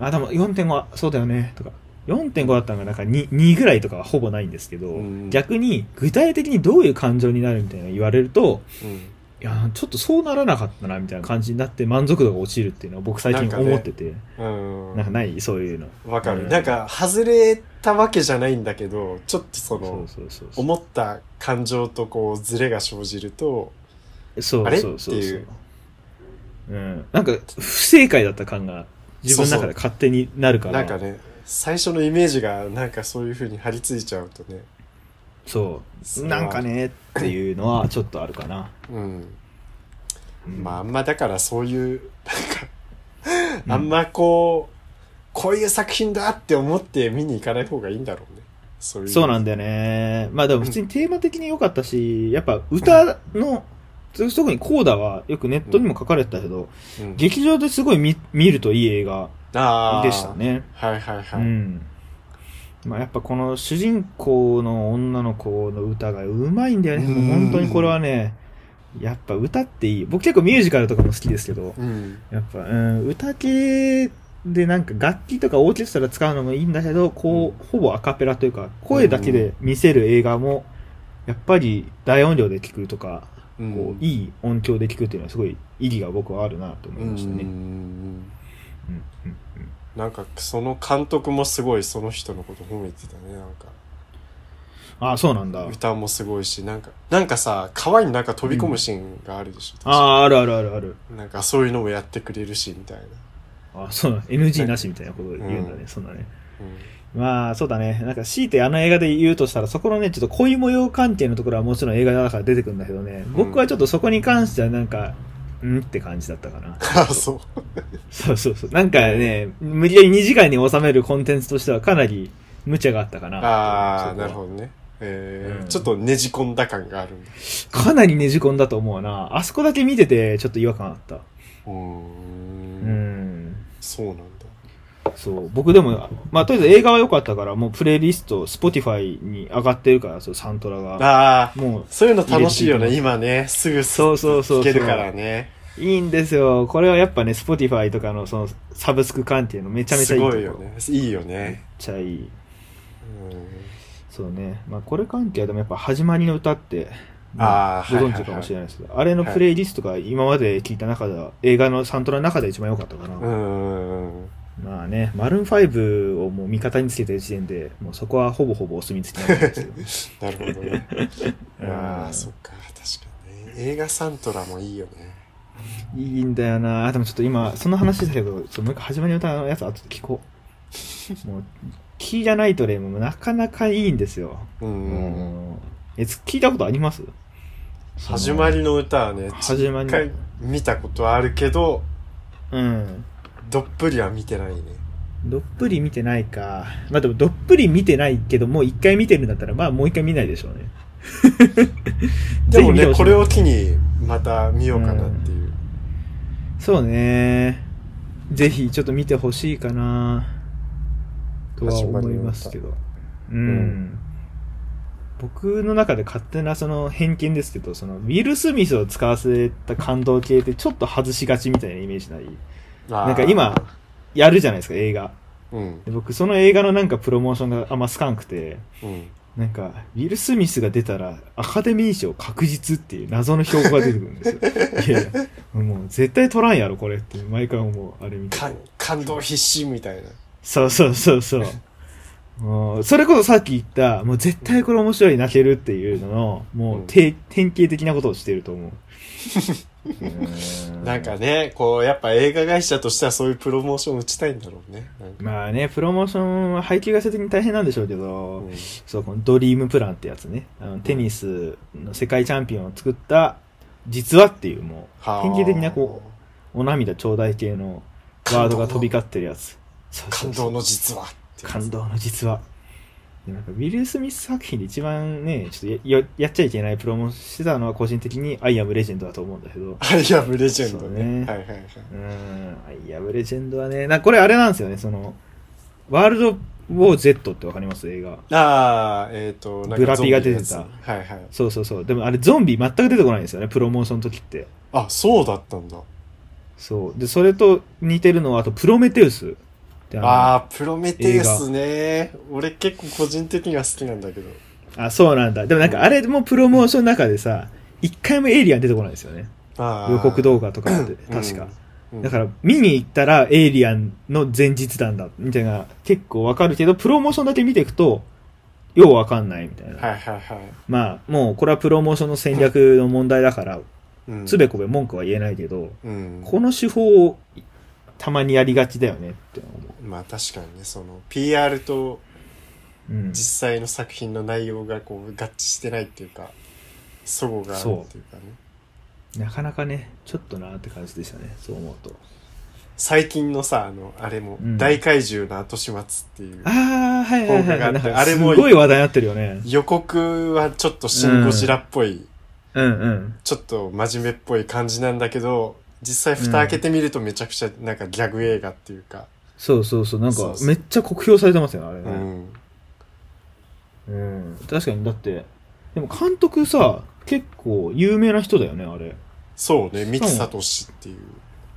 [SPEAKER 1] あ、でも4.5はそうだよねとか、4.5だったのがなんか 2, 2ぐらいとかはほぼないんですけど、
[SPEAKER 2] うん
[SPEAKER 1] 逆に具体的にどういう感情になるみたいなの言われると、
[SPEAKER 2] うん、
[SPEAKER 1] いやーちょっとそうならなかったなみたいな感じになって満足度が落ちるっていうのは僕最
[SPEAKER 2] なん
[SPEAKER 1] 近
[SPEAKER 2] かね
[SPEAKER 1] 思っててなん,、
[SPEAKER 2] うん
[SPEAKER 1] かないそういうの
[SPEAKER 2] わかる、
[SPEAKER 1] うん
[SPEAKER 2] なんか外れたわけじゃないんだけどちょっとそ
[SPEAKER 1] そう
[SPEAKER 2] の
[SPEAKER 1] そうそうそう
[SPEAKER 2] 思った感情とこうズレが生じると
[SPEAKER 1] そう
[SPEAKER 2] あれ
[SPEAKER 1] そうそう
[SPEAKER 2] って
[SPEAKER 1] そ
[SPEAKER 2] いう
[SPEAKER 1] う、うん、なんか不正解だった感が自分の中で勝手になるから
[SPEAKER 2] なんかね最初のイメージがなんかそういうふうに張り付いちゃうとね
[SPEAKER 1] そ
[SPEAKER 2] そうれは
[SPEAKER 1] なんかねっていうのはちょっとあるかな、
[SPEAKER 2] うん
[SPEAKER 1] うん
[SPEAKER 2] まああんまだからそういう
[SPEAKER 1] うん
[SPEAKER 2] なんかあんまこう、こういう作品だって思って見に行かない方がいいんだろうねそういう
[SPEAKER 1] そうなん
[SPEAKER 2] だ
[SPEAKER 1] だよねまあでも普通にテーマ的に良かったしやっぱ歌の特にコーダはよくネットにも書かれてたけど、
[SPEAKER 2] うん、
[SPEAKER 1] 劇場ですごい見見るといい映画
[SPEAKER 2] あー
[SPEAKER 1] でしたね
[SPEAKER 2] はいはいはい、
[SPEAKER 1] うんまあ、やっぱこの主人公の女の子の歌がうまいんだよね、
[SPEAKER 2] うん
[SPEAKER 1] もう本当にこれはねやっぱ歌っていい僕結構ミュージカルとかも好きですけど
[SPEAKER 2] うん
[SPEAKER 1] やっぱ、うん、歌系でなんか楽器とかオーケストラ使うのもいいんだけどこうほぼアカペラというか声だけで見せる映画もやっぱり大音量で聴くとか、
[SPEAKER 2] うん
[SPEAKER 1] こういい音響で聴くっていうのはすごい意義が僕はあるなと思いました
[SPEAKER 2] うんうん
[SPEAKER 1] ね。
[SPEAKER 2] う
[SPEAKER 1] う
[SPEAKER 2] ん
[SPEAKER 1] んうんうん
[SPEAKER 2] なんかその監督もすごいその人のこと褒めてたねなんか
[SPEAKER 1] あそうなんだ。
[SPEAKER 2] 歌もすごいしなんかなんかさ川になんか飛び込むシーンがあるでしょ、確か
[SPEAKER 1] ああ、あるあるあるある。
[SPEAKER 2] なんかそういうのもやってくれるしみたいな、
[SPEAKER 1] あそうなの NG なしみたいなこと言うんだね、そんなね。
[SPEAKER 2] うん、
[SPEAKER 1] まあ、そうだね。なんか、強いてあの映画で言うとしたら、そこのね、ちょっと恋模様関係のところはもちろん映画だから出てくるんだけどね、僕はちょっとそこに関してはなんか、うんって感じだったかな。
[SPEAKER 2] あ そう
[SPEAKER 1] そうそうそう。なんかね、無理やり2時間に収めるコンテンツとしてはかなり無茶があったかな。
[SPEAKER 2] ああなる
[SPEAKER 1] ど。
[SPEAKER 2] ほどねえ
[SPEAKER 1] う
[SPEAKER 2] ー
[SPEAKER 1] ん
[SPEAKER 2] ちょっとねじ込んだ感があるんだ
[SPEAKER 1] かなりねじ込んだと思うな。あそこだけ見てて、ちょっと違和感あった。
[SPEAKER 2] うー
[SPEAKER 1] うんん。
[SPEAKER 2] そうなんだ
[SPEAKER 1] そう、僕でも、まあ、とりあえず映画は良かったから、もうプレイリスト、Spotify に上がってるから、そうサントラが。
[SPEAKER 2] ああ
[SPEAKER 1] もう、
[SPEAKER 2] そういうの楽しいよ
[SPEAKER 1] 入れ
[SPEAKER 2] ね
[SPEAKER 1] て
[SPEAKER 2] 今ねすぐ
[SPEAKER 1] そうそうそうそう
[SPEAKER 2] 聞けるからね
[SPEAKER 1] いいんですよ。これはやっぱね、Spotify とかのそのサブスク関係のめちゃめちゃ
[SPEAKER 2] す
[SPEAKER 1] いいとこ
[SPEAKER 2] ごいよ。ねいいよね、
[SPEAKER 1] めっちゃいい。
[SPEAKER 2] うん
[SPEAKER 1] そうね。まあ、これ関係はでもやっぱ始まりの歌って、
[SPEAKER 2] あー
[SPEAKER 1] ご
[SPEAKER 2] はい
[SPEAKER 1] 存知かもしれないですけど、あれのプレイリストが今まで聞いた中では、映画のサントラの中で一番良かったかな。
[SPEAKER 2] うんうんうん
[SPEAKER 1] まあね、マルーン5をもう味方につけた時点で、もうそこはほぼほぼお墨付きなんです よ。
[SPEAKER 2] なるほどね
[SPEAKER 1] うん
[SPEAKER 2] ああそっか確かにね映画サントラもいいよね
[SPEAKER 1] いいんだよな。でもちょっと今、その話だけど、ちょっともう一回始まりの歌のやつ後で聞こう。もう、キーじゃないとね、もうなかなかいいんですよ。
[SPEAKER 2] うんうんうん
[SPEAKER 1] もうえ、つ聞いたことあります
[SPEAKER 2] 始まりの歌はね
[SPEAKER 1] その始まり
[SPEAKER 2] 一
[SPEAKER 1] の
[SPEAKER 2] 回見たことあるけど
[SPEAKER 1] うん。
[SPEAKER 2] どっぷりは見てないね
[SPEAKER 1] どっぷり見てないか。まあでも、どっぷり見てないけど、もう一回見てるんだったら、まあもう一回見ないでしょうね。ぜひ見て
[SPEAKER 2] でもね
[SPEAKER 1] ほしい
[SPEAKER 2] これを機にまた見ようかなっていう、
[SPEAKER 1] そうね。ぜひ、ちょっと見てほしいかな。とは思いますけど。うん。
[SPEAKER 2] ん
[SPEAKER 1] 僕の中で勝手なその偏見ですけど、そのウィル・スミスを使わせた感動系ってちょっと外しがちみたいなイメージない。
[SPEAKER 2] あー
[SPEAKER 1] なんか今、やるじゃないですか、映画。
[SPEAKER 2] うん
[SPEAKER 1] で僕、その映画のなんかプロモーションがあんま好かんくて、
[SPEAKER 2] うん
[SPEAKER 1] なんか、ウィル・スミスが出たら、アカデミー賞確実っていう謎の標語が出てくるん ですよ。いやいや、もう絶対取らんやろ、これって、毎回思う、あれ見て。
[SPEAKER 2] 感感動必至みたいな
[SPEAKER 1] そうそうそうそう。もうそれこそさっき言った、もう絶対これ面白い泣けるっていうのの、もう、て典型的なことをしてると思う。うー
[SPEAKER 2] なんかねこうやっぱ映画会社としてはそういうプロモーション打ちたいんだろうねなんか
[SPEAKER 1] まあね、プロモーションは配給が的に大変なんでしょうけど、
[SPEAKER 2] うん
[SPEAKER 1] そう、このドリームプランってやつね。あのテニスの世界チャンピオンを作った、実話っていうもう、
[SPEAKER 2] はあ
[SPEAKER 1] 典型的なこう、お涙頂戴系のワードが飛び交ってるやつ。そうそう
[SPEAKER 2] 感
[SPEAKER 1] そう
[SPEAKER 2] 動の実話ってやつ
[SPEAKER 1] 感動の実話。でなんかウィル・スミス作品で一番ね、ちょっとやややっちゃいけないプロモしてたのは個人的にアイアムレジェンドだと思うんだけど。
[SPEAKER 2] アイアムレジェンド
[SPEAKER 1] そう
[SPEAKER 2] ね
[SPEAKER 1] ね
[SPEAKER 2] はいはいは
[SPEAKER 1] う
[SPEAKER 2] い、
[SPEAKER 1] ん、アイアムレジェンドはね、なこれあれなんですよね、その、ワールド・ウォー・ Z ってわかります映画。
[SPEAKER 2] ああえっ、となんか
[SPEAKER 1] ブラピが出てた
[SPEAKER 2] ゾンビのやつはいはい
[SPEAKER 1] そうそうそう。でもあれゾンビ全く出てこないんですよね、プロモーションの時って。
[SPEAKER 2] あそうだったんだ
[SPEAKER 1] そう。で、それと似てるのは、あと、プロメテウスっての
[SPEAKER 2] ああープロメテウスね俺結構個人的には好きなんだけど
[SPEAKER 1] あ、そうなんだ。でもなんか、あれもプロモーションの中でさ、一回もエイリアン出てこないんですよね。
[SPEAKER 2] あー
[SPEAKER 1] 予告動画とかって、
[SPEAKER 2] うん
[SPEAKER 1] 確か。
[SPEAKER 2] うん
[SPEAKER 1] だから、見に行ったら、エイリアンの前日なんだ、みたいな、結構わかるけど、プロモーションだけ見ていくと、ようわかんないみたいな。
[SPEAKER 2] はいはいはい
[SPEAKER 1] まあ、もう、これはプロモーションの戦略の問題だから、
[SPEAKER 2] うん
[SPEAKER 1] つべこべ文句は言えないけど、
[SPEAKER 2] うん
[SPEAKER 1] この手法を、たまにやりがちだよねって思
[SPEAKER 2] まあ確かにねその PR と
[SPEAKER 1] う。うん。
[SPEAKER 2] 実際の作品の内容がこう合致してないっていうかそごがあるっていうかね
[SPEAKER 1] なかなかね、ちょっとなーって感じでしたね、そう思うと。
[SPEAKER 2] 最近のさあのあれも、
[SPEAKER 1] うん
[SPEAKER 2] 大怪獣の後始末」っていう
[SPEAKER 1] ああ、はいはいはいはい。
[SPEAKER 2] 効果があ
[SPEAKER 1] な
[SPEAKER 2] っ
[SPEAKER 1] ん
[SPEAKER 2] て
[SPEAKER 1] か
[SPEAKER 2] あれも
[SPEAKER 1] すごい話題になってるよね。
[SPEAKER 2] 予告はちょっとシン・ゴジラっぽい、
[SPEAKER 1] うんうん。
[SPEAKER 2] ちょっと真面目っぽい感じなんだけど実際蓋開けてみるとめちゃくちゃなんかギャグ映画っていうか、
[SPEAKER 1] そうそうそう。なん
[SPEAKER 2] そ
[SPEAKER 1] か
[SPEAKER 2] う、そう
[SPEAKER 1] めっちゃ酷評されてますよね、あれ
[SPEAKER 2] う
[SPEAKER 1] ね。
[SPEAKER 2] ん、
[SPEAKER 1] うん。確かに、だって、でも監督さ、結構有名な人だよね、あれ。
[SPEAKER 2] そうね三木聡っていう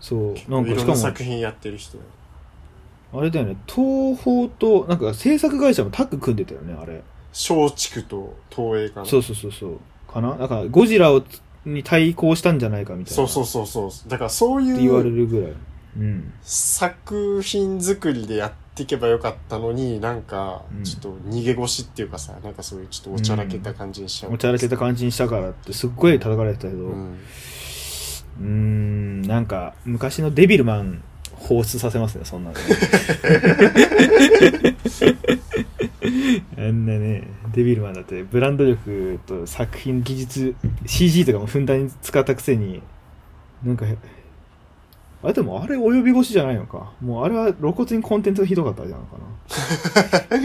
[SPEAKER 1] そう。なん
[SPEAKER 2] い
[SPEAKER 1] か、
[SPEAKER 2] ろ
[SPEAKER 1] し
[SPEAKER 2] んな
[SPEAKER 1] か
[SPEAKER 2] 作品やってる人
[SPEAKER 1] も、あれだよね、東宝と、なんか制作会社もタッグ組んでたよね、あれ。
[SPEAKER 2] 松竹と東映かな
[SPEAKER 1] そうそうそうそう。かななんか、ゴジラをつ、に対抗したんじゃないかみたいな。
[SPEAKER 2] そうそうそうそうだからそう
[SPEAKER 1] って言われ
[SPEAKER 2] いう
[SPEAKER 1] るぐらい。うん。
[SPEAKER 2] 作品作りでやっていけばよかったのになんか
[SPEAKER 1] うん
[SPEAKER 2] ちょっと逃げ腰っていうかさ、なんかそういうちょっとおちゃらけた感じにしちゃう、
[SPEAKER 1] おちゃらけた感じにしたからって、すっごい叩かれてたけど、
[SPEAKER 2] う
[SPEAKER 1] うんーん、なんか、昔のデビルマン放出させますね、そんなの。あんなね、デビルマンだって、ブランド力と作品技術、CG とかもふんだんに使ったくせに、なんか、あ、でもあれ及び腰じゃないのか。もうあれは露骨にコンテンツがひどかったじゃんかな。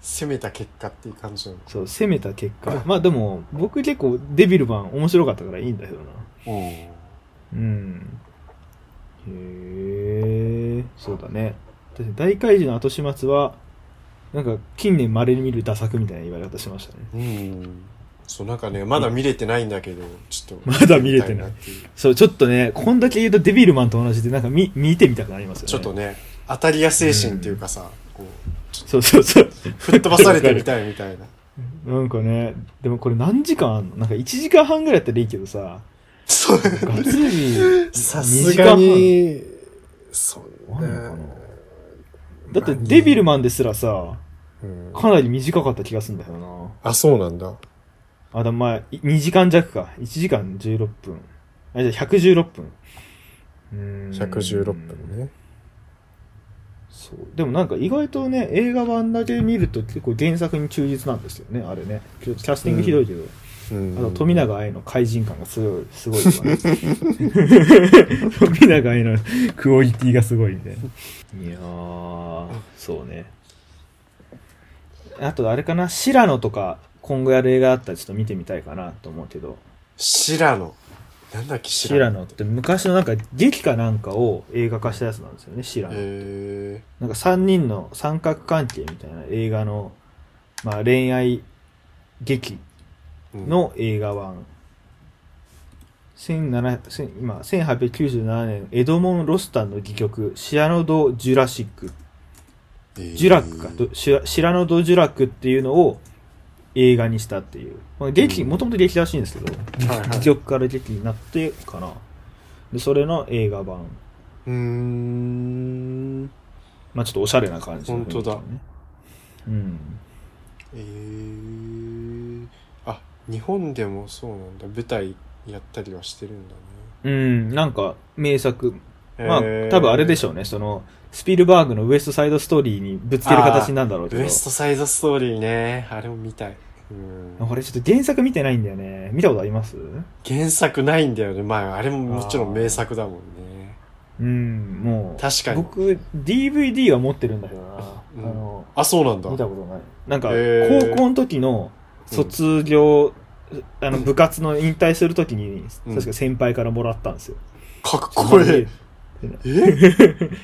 [SPEAKER 2] 攻めた結果っていう感じなの
[SPEAKER 1] そう、攻めた結果。まあでも、僕結構デビルマン面白かったからいいんだけどな。うん。へえ、そうだね。だって大怪獣の後始末は、なんか近年稀に見るダ作みたいな言われ方しましたね。
[SPEAKER 2] うんそうなんかねまだ見れてないんだけどちょっと
[SPEAKER 1] まだ見れてない
[SPEAKER 2] 見てみたってう
[SPEAKER 1] そう、ちょっとね、こんだけ言うとデビルマンと同じで、なんか見、見てみたくなりますよね。
[SPEAKER 2] ちょっと。ね当たり屋精神っていうかさ、こう
[SPEAKER 1] そうそうそう。
[SPEAKER 2] 吹っ飛ばされてみたいみたいな
[SPEAKER 1] なんかね、でもこれ何時間あんのなんか1時間半ぐらいやったらいいけどさ、
[SPEAKER 2] そう。
[SPEAKER 1] ガツ リ
[SPEAKER 2] さ
[SPEAKER 1] 2
[SPEAKER 2] す
[SPEAKER 1] 時間
[SPEAKER 2] が
[SPEAKER 1] 半
[SPEAKER 2] に、そん
[SPEAKER 1] あんのか。
[SPEAKER 2] な
[SPEAKER 1] なだってデビルマンですらさ、
[SPEAKER 2] うん
[SPEAKER 1] かなり短かった気がするんだよな。
[SPEAKER 2] あ、そうなんだ。
[SPEAKER 1] あ、だ、まあ、い2時間弱か。1時間16分。あ、じゃあ116分。うーん
[SPEAKER 2] 116分。ね。
[SPEAKER 1] そう。でもなんか意外とね、映画版だけ見ると結構原作に忠実なんですよね、あれね。キャキャスティングひどいけど。
[SPEAKER 2] うん
[SPEAKER 1] あと、富永愛の怪人感がすごい、す ごいわね。富永愛のクオリティがすごいみたいな。いやー、そうね。あと、あれかな、シラノとか、今後やる映画あったらちょっと見てみたいかなと思うけど、
[SPEAKER 2] シラノ。なんだっけ、シ
[SPEAKER 1] シラ
[SPEAKER 2] ラノ。
[SPEAKER 1] ノって昔のなんか劇かなんかを映画化したやつなんですよね、シラノ。
[SPEAKER 2] え
[SPEAKER 1] なんか3人の三角関係みたいな映画の、まあ恋愛劇
[SPEAKER 2] ー、
[SPEAKER 1] の映画版。1700せん今、1897年、エドモン・ロスタンの戯曲、シアノド・ジュラシック、
[SPEAKER 2] えー、
[SPEAKER 1] ジュラックか、どシュシラノド・ジュラックっていうのを映画にしたっていう。まあ、劇、
[SPEAKER 2] うん
[SPEAKER 1] もともと劇らしいんですけど、
[SPEAKER 2] はいはい
[SPEAKER 1] 戯曲から劇になってかな。で、それの映画版。
[SPEAKER 2] うーん。
[SPEAKER 1] まあちょっとおしゃれな感じの雰囲気、
[SPEAKER 2] 本当だ
[SPEAKER 1] うん。
[SPEAKER 2] えー、あ、日本でもそうなんだ。舞台やったりはしてるんだね。
[SPEAKER 1] うん、なんか、名作、まあ、
[SPEAKER 2] えー
[SPEAKER 1] 多分あれでしょうね。その、スピルバーグのウエストサイドストーリーにぶつける形になるんだろうけ
[SPEAKER 2] ウ
[SPEAKER 1] ど。
[SPEAKER 2] エストサイドストーリーね。あれも見たい。うん。
[SPEAKER 1] 俺ちょっと原作見てないんだよね。見たことあります
[SPEAKER 2] 原作ないんだよね。まあ、あれももちろん名作だもんね。
[SPEAKER 1] うん、もう。
[SPEAKER 2] 確かに
[SPEAKER 1] 僕、DVD は持ってるんだけどな。
[SPEAKER 2] うん
[SPEAKER 1] あの、
[SPEAKER 2] あ、そうなんだ。
[SPEAKER 1] 見たことない。なんか、
[SPEAKER 2] へー
[SPEAKER 1] 高校の時の卒業、あの、部活の引退する時に、
[SPEAKER 2] うん
[SPEAKER 1] 確か先輩からもらったんですよ。
[SPEAKER 2] かっこいい。え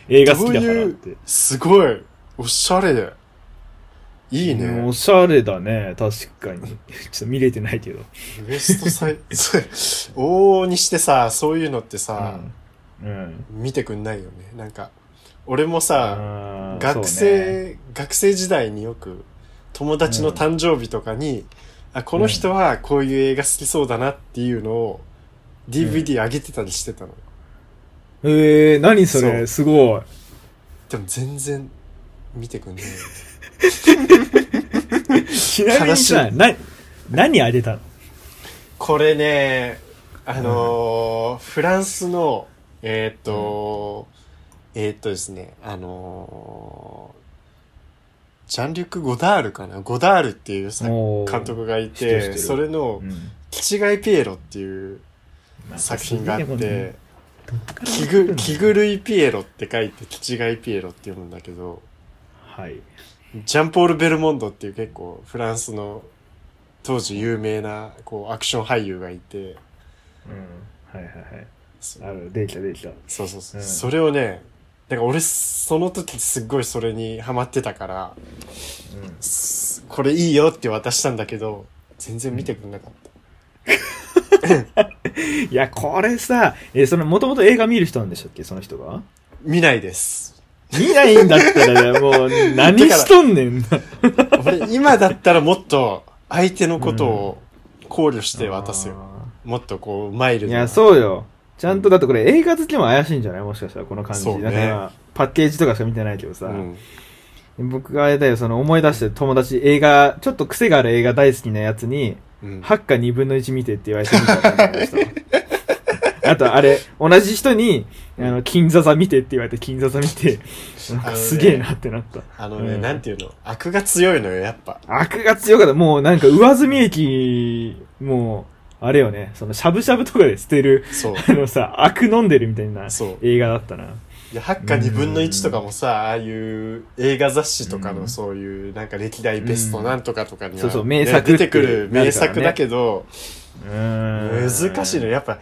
[SPEAKER 1] 映画好きだからって。
[SPEAKER 2] すごい。おしゃれで。いいね。
[SPEAKER 1] うんおしゃれだね、確かに。 ちょっと見れてないけど。
[SPEAKER 2] ウエストサイそう 往々にしてさ、そういうのってさ、
[SPEAKER 1] うん。うん。
[SPEAKER 2] 見てくんないよね。なんか、俺もさ、
[SPEAKER 1] あー
[SPEAKER 2] 学
[SPEAKER 1] そうね
[SPEAKER 2] 生、学生時代によく、友達の誕生日とかに、あ、この人はこういう映画好きそうだなっていうのを、DVD 上げてたりしてたの。
[SPEAKER 1] えー、何そ
[SPEAKER 2] そう
[SPEAKER 1] れすごい。
[SPEAKER 2] でも全然、見てくんないよね。
[SPEAKER 1] ちなみにさ、
[SPEAKER 2] 悲し
[SPEAKER 1] な、何あげたの
[SPEAKER 2] これね、あのーフランスの、えーっと、えーっとですね、あのージャンリュック・ゴダールかなゴダールっていうさ
[SPEAKER 1] おー
[SPEAKER 2] 監督がい
[SPEAKER 1] 知ってる知って
[SPEAKER 2] て、
[SPEAKER 1] る
[SPEAKER 2] それの、キチガイ・ピエロっていう作品があって、キグ、キグルイ・ピエロって書いて、キチガイ・ピエロって読むんだけど、
[SPEAKER 1] はい。
[SPEAKER 2] ジャンポール・ベルモンドっていう結構フランスの当時有名な、こう、アクション俳優がいて、
[SPEAKER 1] うん。はいはいはい。
[SPEAKER 2] そう
[SPEAKER 1] ある、できたできた。
[SPEAKER 2] そうそうそう。
[SPEAKER 1] うん
[SPEAKER 2] それをね、だから俺、その時すっごいそれにハマってたから、すこれいいよって渡したんだけど、全然見てくれなかった。
[SPEAKER 1] いや、これさ、えその、もともと映画見る人なんでしたっけその人が
[SPEAKER 2] 見ないです。
[SPEAKER 1] 見ないんだったら、 もう、何しとんねんな。
[SPEAKER 2] 俺、今だったらもっと相手のことを考慮して渡すよ。もっとこう、マイル
[SPEAKER 1] い
[SPEAKER 2] ド
[SPEAKER 1] や、
[SPEAKER 2] な。
[SPEAKER 1] そうよ。ちゃんと、だってこれ映画好きも怪しいんじゃないもしかしたら、この感じ。
[SPEAKER 2] そうね
[SPEAKER 1] だから、パッケージとかしか見てないけどさ。
[SPEAKER 2] うん。
[SPEAKER 1] 僕があれだよ、その思い出して友達、映画、ちょっと癖がある映画大好きなやつに、
[SPEAKER 2] うん。
[SPEAKER 1] ハッカ2分の1見てって言われてみたらわかりましたあとあれ、同じ人に、あの、金座座見てって言われて金座座見て、なん
[SPEAKER 2] あの
[SPEAKER 1] か
[SPEAKER 2] ね
[SPEAKER 1] すげえなってなった。
[SPEAKER 2] あのね、
[SPEAKER 1] うん
[SPEAKER 2] なんていうの、悪が強いのよ、やっぱ。
[SPEAKER 1] 悪が強かった。もうなんか上積み液、もう、あれよね、そのしゃぶしゃぶとかで捨てる、
[SPEAKER 2] そう。
[SPEAKER 1] あのさ、悪飲んでるみたいな
[SPEAKER 2] そう
[SPEAKER 1] 映画だったな。
[SPEAKER 2] いや、ハッカ2分の1とかもさ、ああいう映画雑誌とかのそういう、なんか歴代ベストなんとかとかには、
[SPEAKER 1] そうそう名作って
[SPEAKER 2] 出てくる名作だけど、
[SPEAKER 1] うーん
[SPEAKER 2] 難しいの。やっぱ、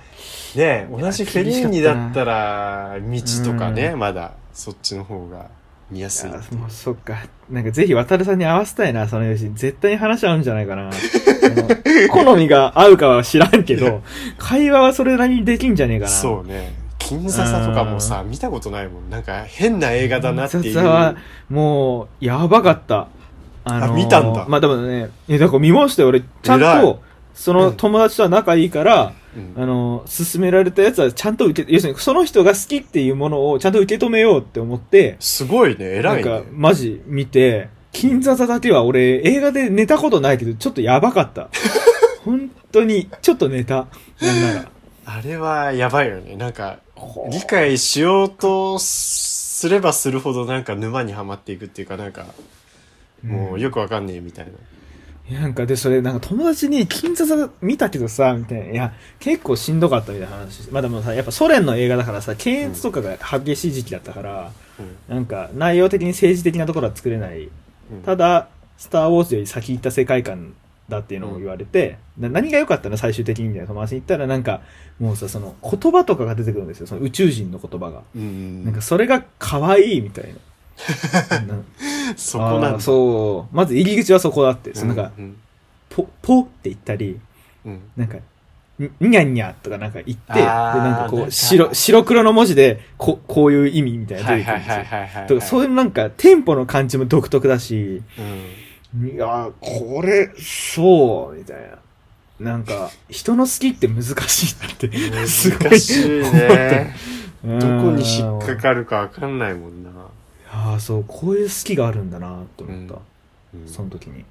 [SPEAKER 2] ね、同じフェリーニだったら、道とかね、まだ、そっちの方が見やすい。
[SPEAKER 1] あもうそっか。なんかぜひ渡るさんに合わせたいな、そのよし。絶対に話合うんじゃないかな。あ の好みが合うかは知らんけど、会話はそれなりにできんじゃねえかな。
[SPEAKER 2] そうね。金座さとかもさ、見たことないもん。なんか変な映画だなっていう。
[SPEAKER 1] ザザはもう、やばかった。あのー
[SPEAKER 2] あ見たんだ
[SPEAKER 1] まあでもね、え、だから見ましたよ、俺。ちゃん
[SPEAKER 2] 偉い
[SPEAKER 1] と、その友達とは仲いいから、
[SPEAKER 2] うん
[SPEAKER 1] あのー、勧められたやつはちゃんと受け、要するにその人が好きっていうものをちゃんと受け止めようって思って、
[SPEAKER 2] すごいね、偉い
[SPEAKER 1] な
[SPEAKER 2] ね
[SPEAKER 1] んか、。マジ見て、金座座だけは俺、映画で寝たことないけど、ちょっとやばか った。本当に、ちょっと寝た。なんなら。
[SPEAKER 2] あれはやばいよね。なんか、理解しようとすればするほどなんか沼にはまっていくっていうか、なんか、もうよくわかんねえみたいな。
[SPEAKER 1] いやなんかで、それ、なんか友達に、金座座見たけどさ、みたいな、いや、結構しんどかったみたいな話してまあでもさ、やっぱソ連の映画だからさ、検閲とかが激しい時期だったから、
[SPEAKER 2] うん
[SPEAKER 1] なんか内容的に政治的なところは作れない。
[SPEAKER 2] うん
[SPEAKER 1] ただ、スター・ウォーズより先行った世界観だっていうのを言われて、な何が良かったの最終的にみたいな友達に言ったら、なんか、もうさ、その言葉とかが出てくるんですよ、その宇宙人の言葉が。
[SPEAKER 2] うん
[SPEAKER 1] なんかそれが可愛いみたい な。な
[SPEAKER 2] そこなん
[SPEAKER 1] あー
[SPEAKER 2] だ。
[SPEAKER 1] そう。まず入り口はそこだって。そのなんか、
[SPEAKER 2] うん
[SPEAKER 1] ポ、ポって言ったり、
[SPEAKER 2] うん
[SPEAKER 1] なんか、ににゃんにゃとかなんか言って、
[SPEAKER 2] あー
[SPEAKER 1] で、なんかこ
[SPEAKER 2] なん
[SPEAKER 1] う、
[SPEAKER 2] か
[SPEAKER 1] 白、白黒の文字で、こ、こういう意味みたいな
[SPEAKER 2] は
[SPEAKER 1] の出
[SPEAKER 2] い
[SPEAKER 1] てく
[SPEAKER 2] は
[SPEAKER 1] る
[SPEAKER 2] い
[SPEAKER 1] んです
[SPEAKER 2] はい
[SPEAKER 1] よ。
[SPEAKER 2] はいはい。
[SPEAKER 1] とか、そういうなんか、テンポの感じも独特だし、
[SPEAKER 2] うん
[SPEAKER 1] いやー、これ、そう、みたいな。なんか、人の好きって難しいなって、 すごい。
[SPEAKER 2] 難しいね。
[SPEAKER 1] ど
[SPEAKER 2] どこに引っかかるかわかんないもんな。
[SPEAKER 1] ああ、そう、こういう好きがあるんだなって思った。
[SPEAKER 2] うん
[SPEAKER 1] その時に。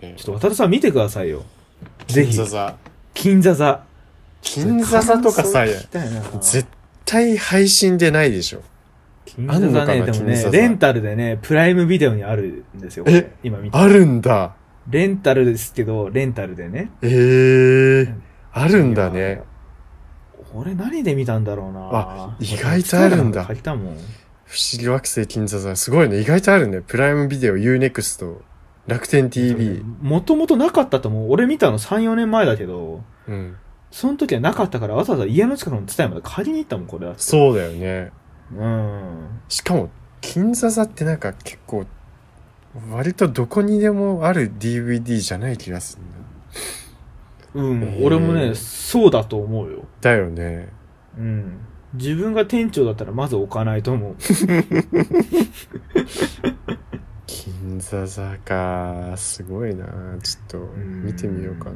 [SPEAKER 2] ね
[SPEAKER 1] ちょっと、渡さん見てくださいよ。ぜひ
[SPEAKER 2] 金座、座。
[SPEAKER 1] 金座座。
[SPEAKER 2] 金座座とかさ
[SPEAKER 1] 感想、聞きたいな
[SPEAKER 2] 絶対配信でないでしょ。
[SPEAKER 1] 金座座
[SPEAKER 2] あん
[SPEAKER 1] ね、
[SPEAKER 2] のか
[SPEAKER 1] で
[SPEAKER 2] な
[SPEAKER 1] も
[SPEAKER 2] 金座
[SPEAKER 1] ね、
[SPEAKER 2] 座
[SPEAKER 1] レンタルでね、プライムビデオにあるんですよ、これ
[SPEAKER 2] え
[SPEAKER 1] 今見て。
[SPEAKER 2] あるんだ。
[SPEAKER 1] レンタルですけど、レンタルでね。
[SPEAKER 2] ええあるんだね。
[SPEAKER 1] 俺何で見たんだろうな
[SPEAKER 2] あ意外とあるんだ
[SPEAKER 1] 借りたもん。
[SPEAKER 2] 不思議惑星金座座。すごいね。意外とあるね。プライムビデオ、UNEXT、楽天 TV。
[SPEAKER 1] もともとなかったと思う。俺見たの3、4年前だけど、
[SPEAKER 2] うん。
[SPEAKER 1] その時はなかったからわざわざ家の近くの伝えまで借りに行ったもん、これは。
[SPEAKER 2] そうだよね。
[SPEAKER 1] うん。
[SPEAKER 2] しかも、金座座ってなんか結構、割とどこにでもある DVD じゃない気がするんだ。
[SPEAKER 1] うん、
[SPEAKER 2] へー
[SPEAKER 1] 俺もね、そうだと思うよ。
[SPEAKER 2] だよね。
[SPEAKER 1] うん。自分が店長だったらまず置かないと 思う。
[SPEAKER 2] 金座座か。すごいな。ちょっと、見てみようかな。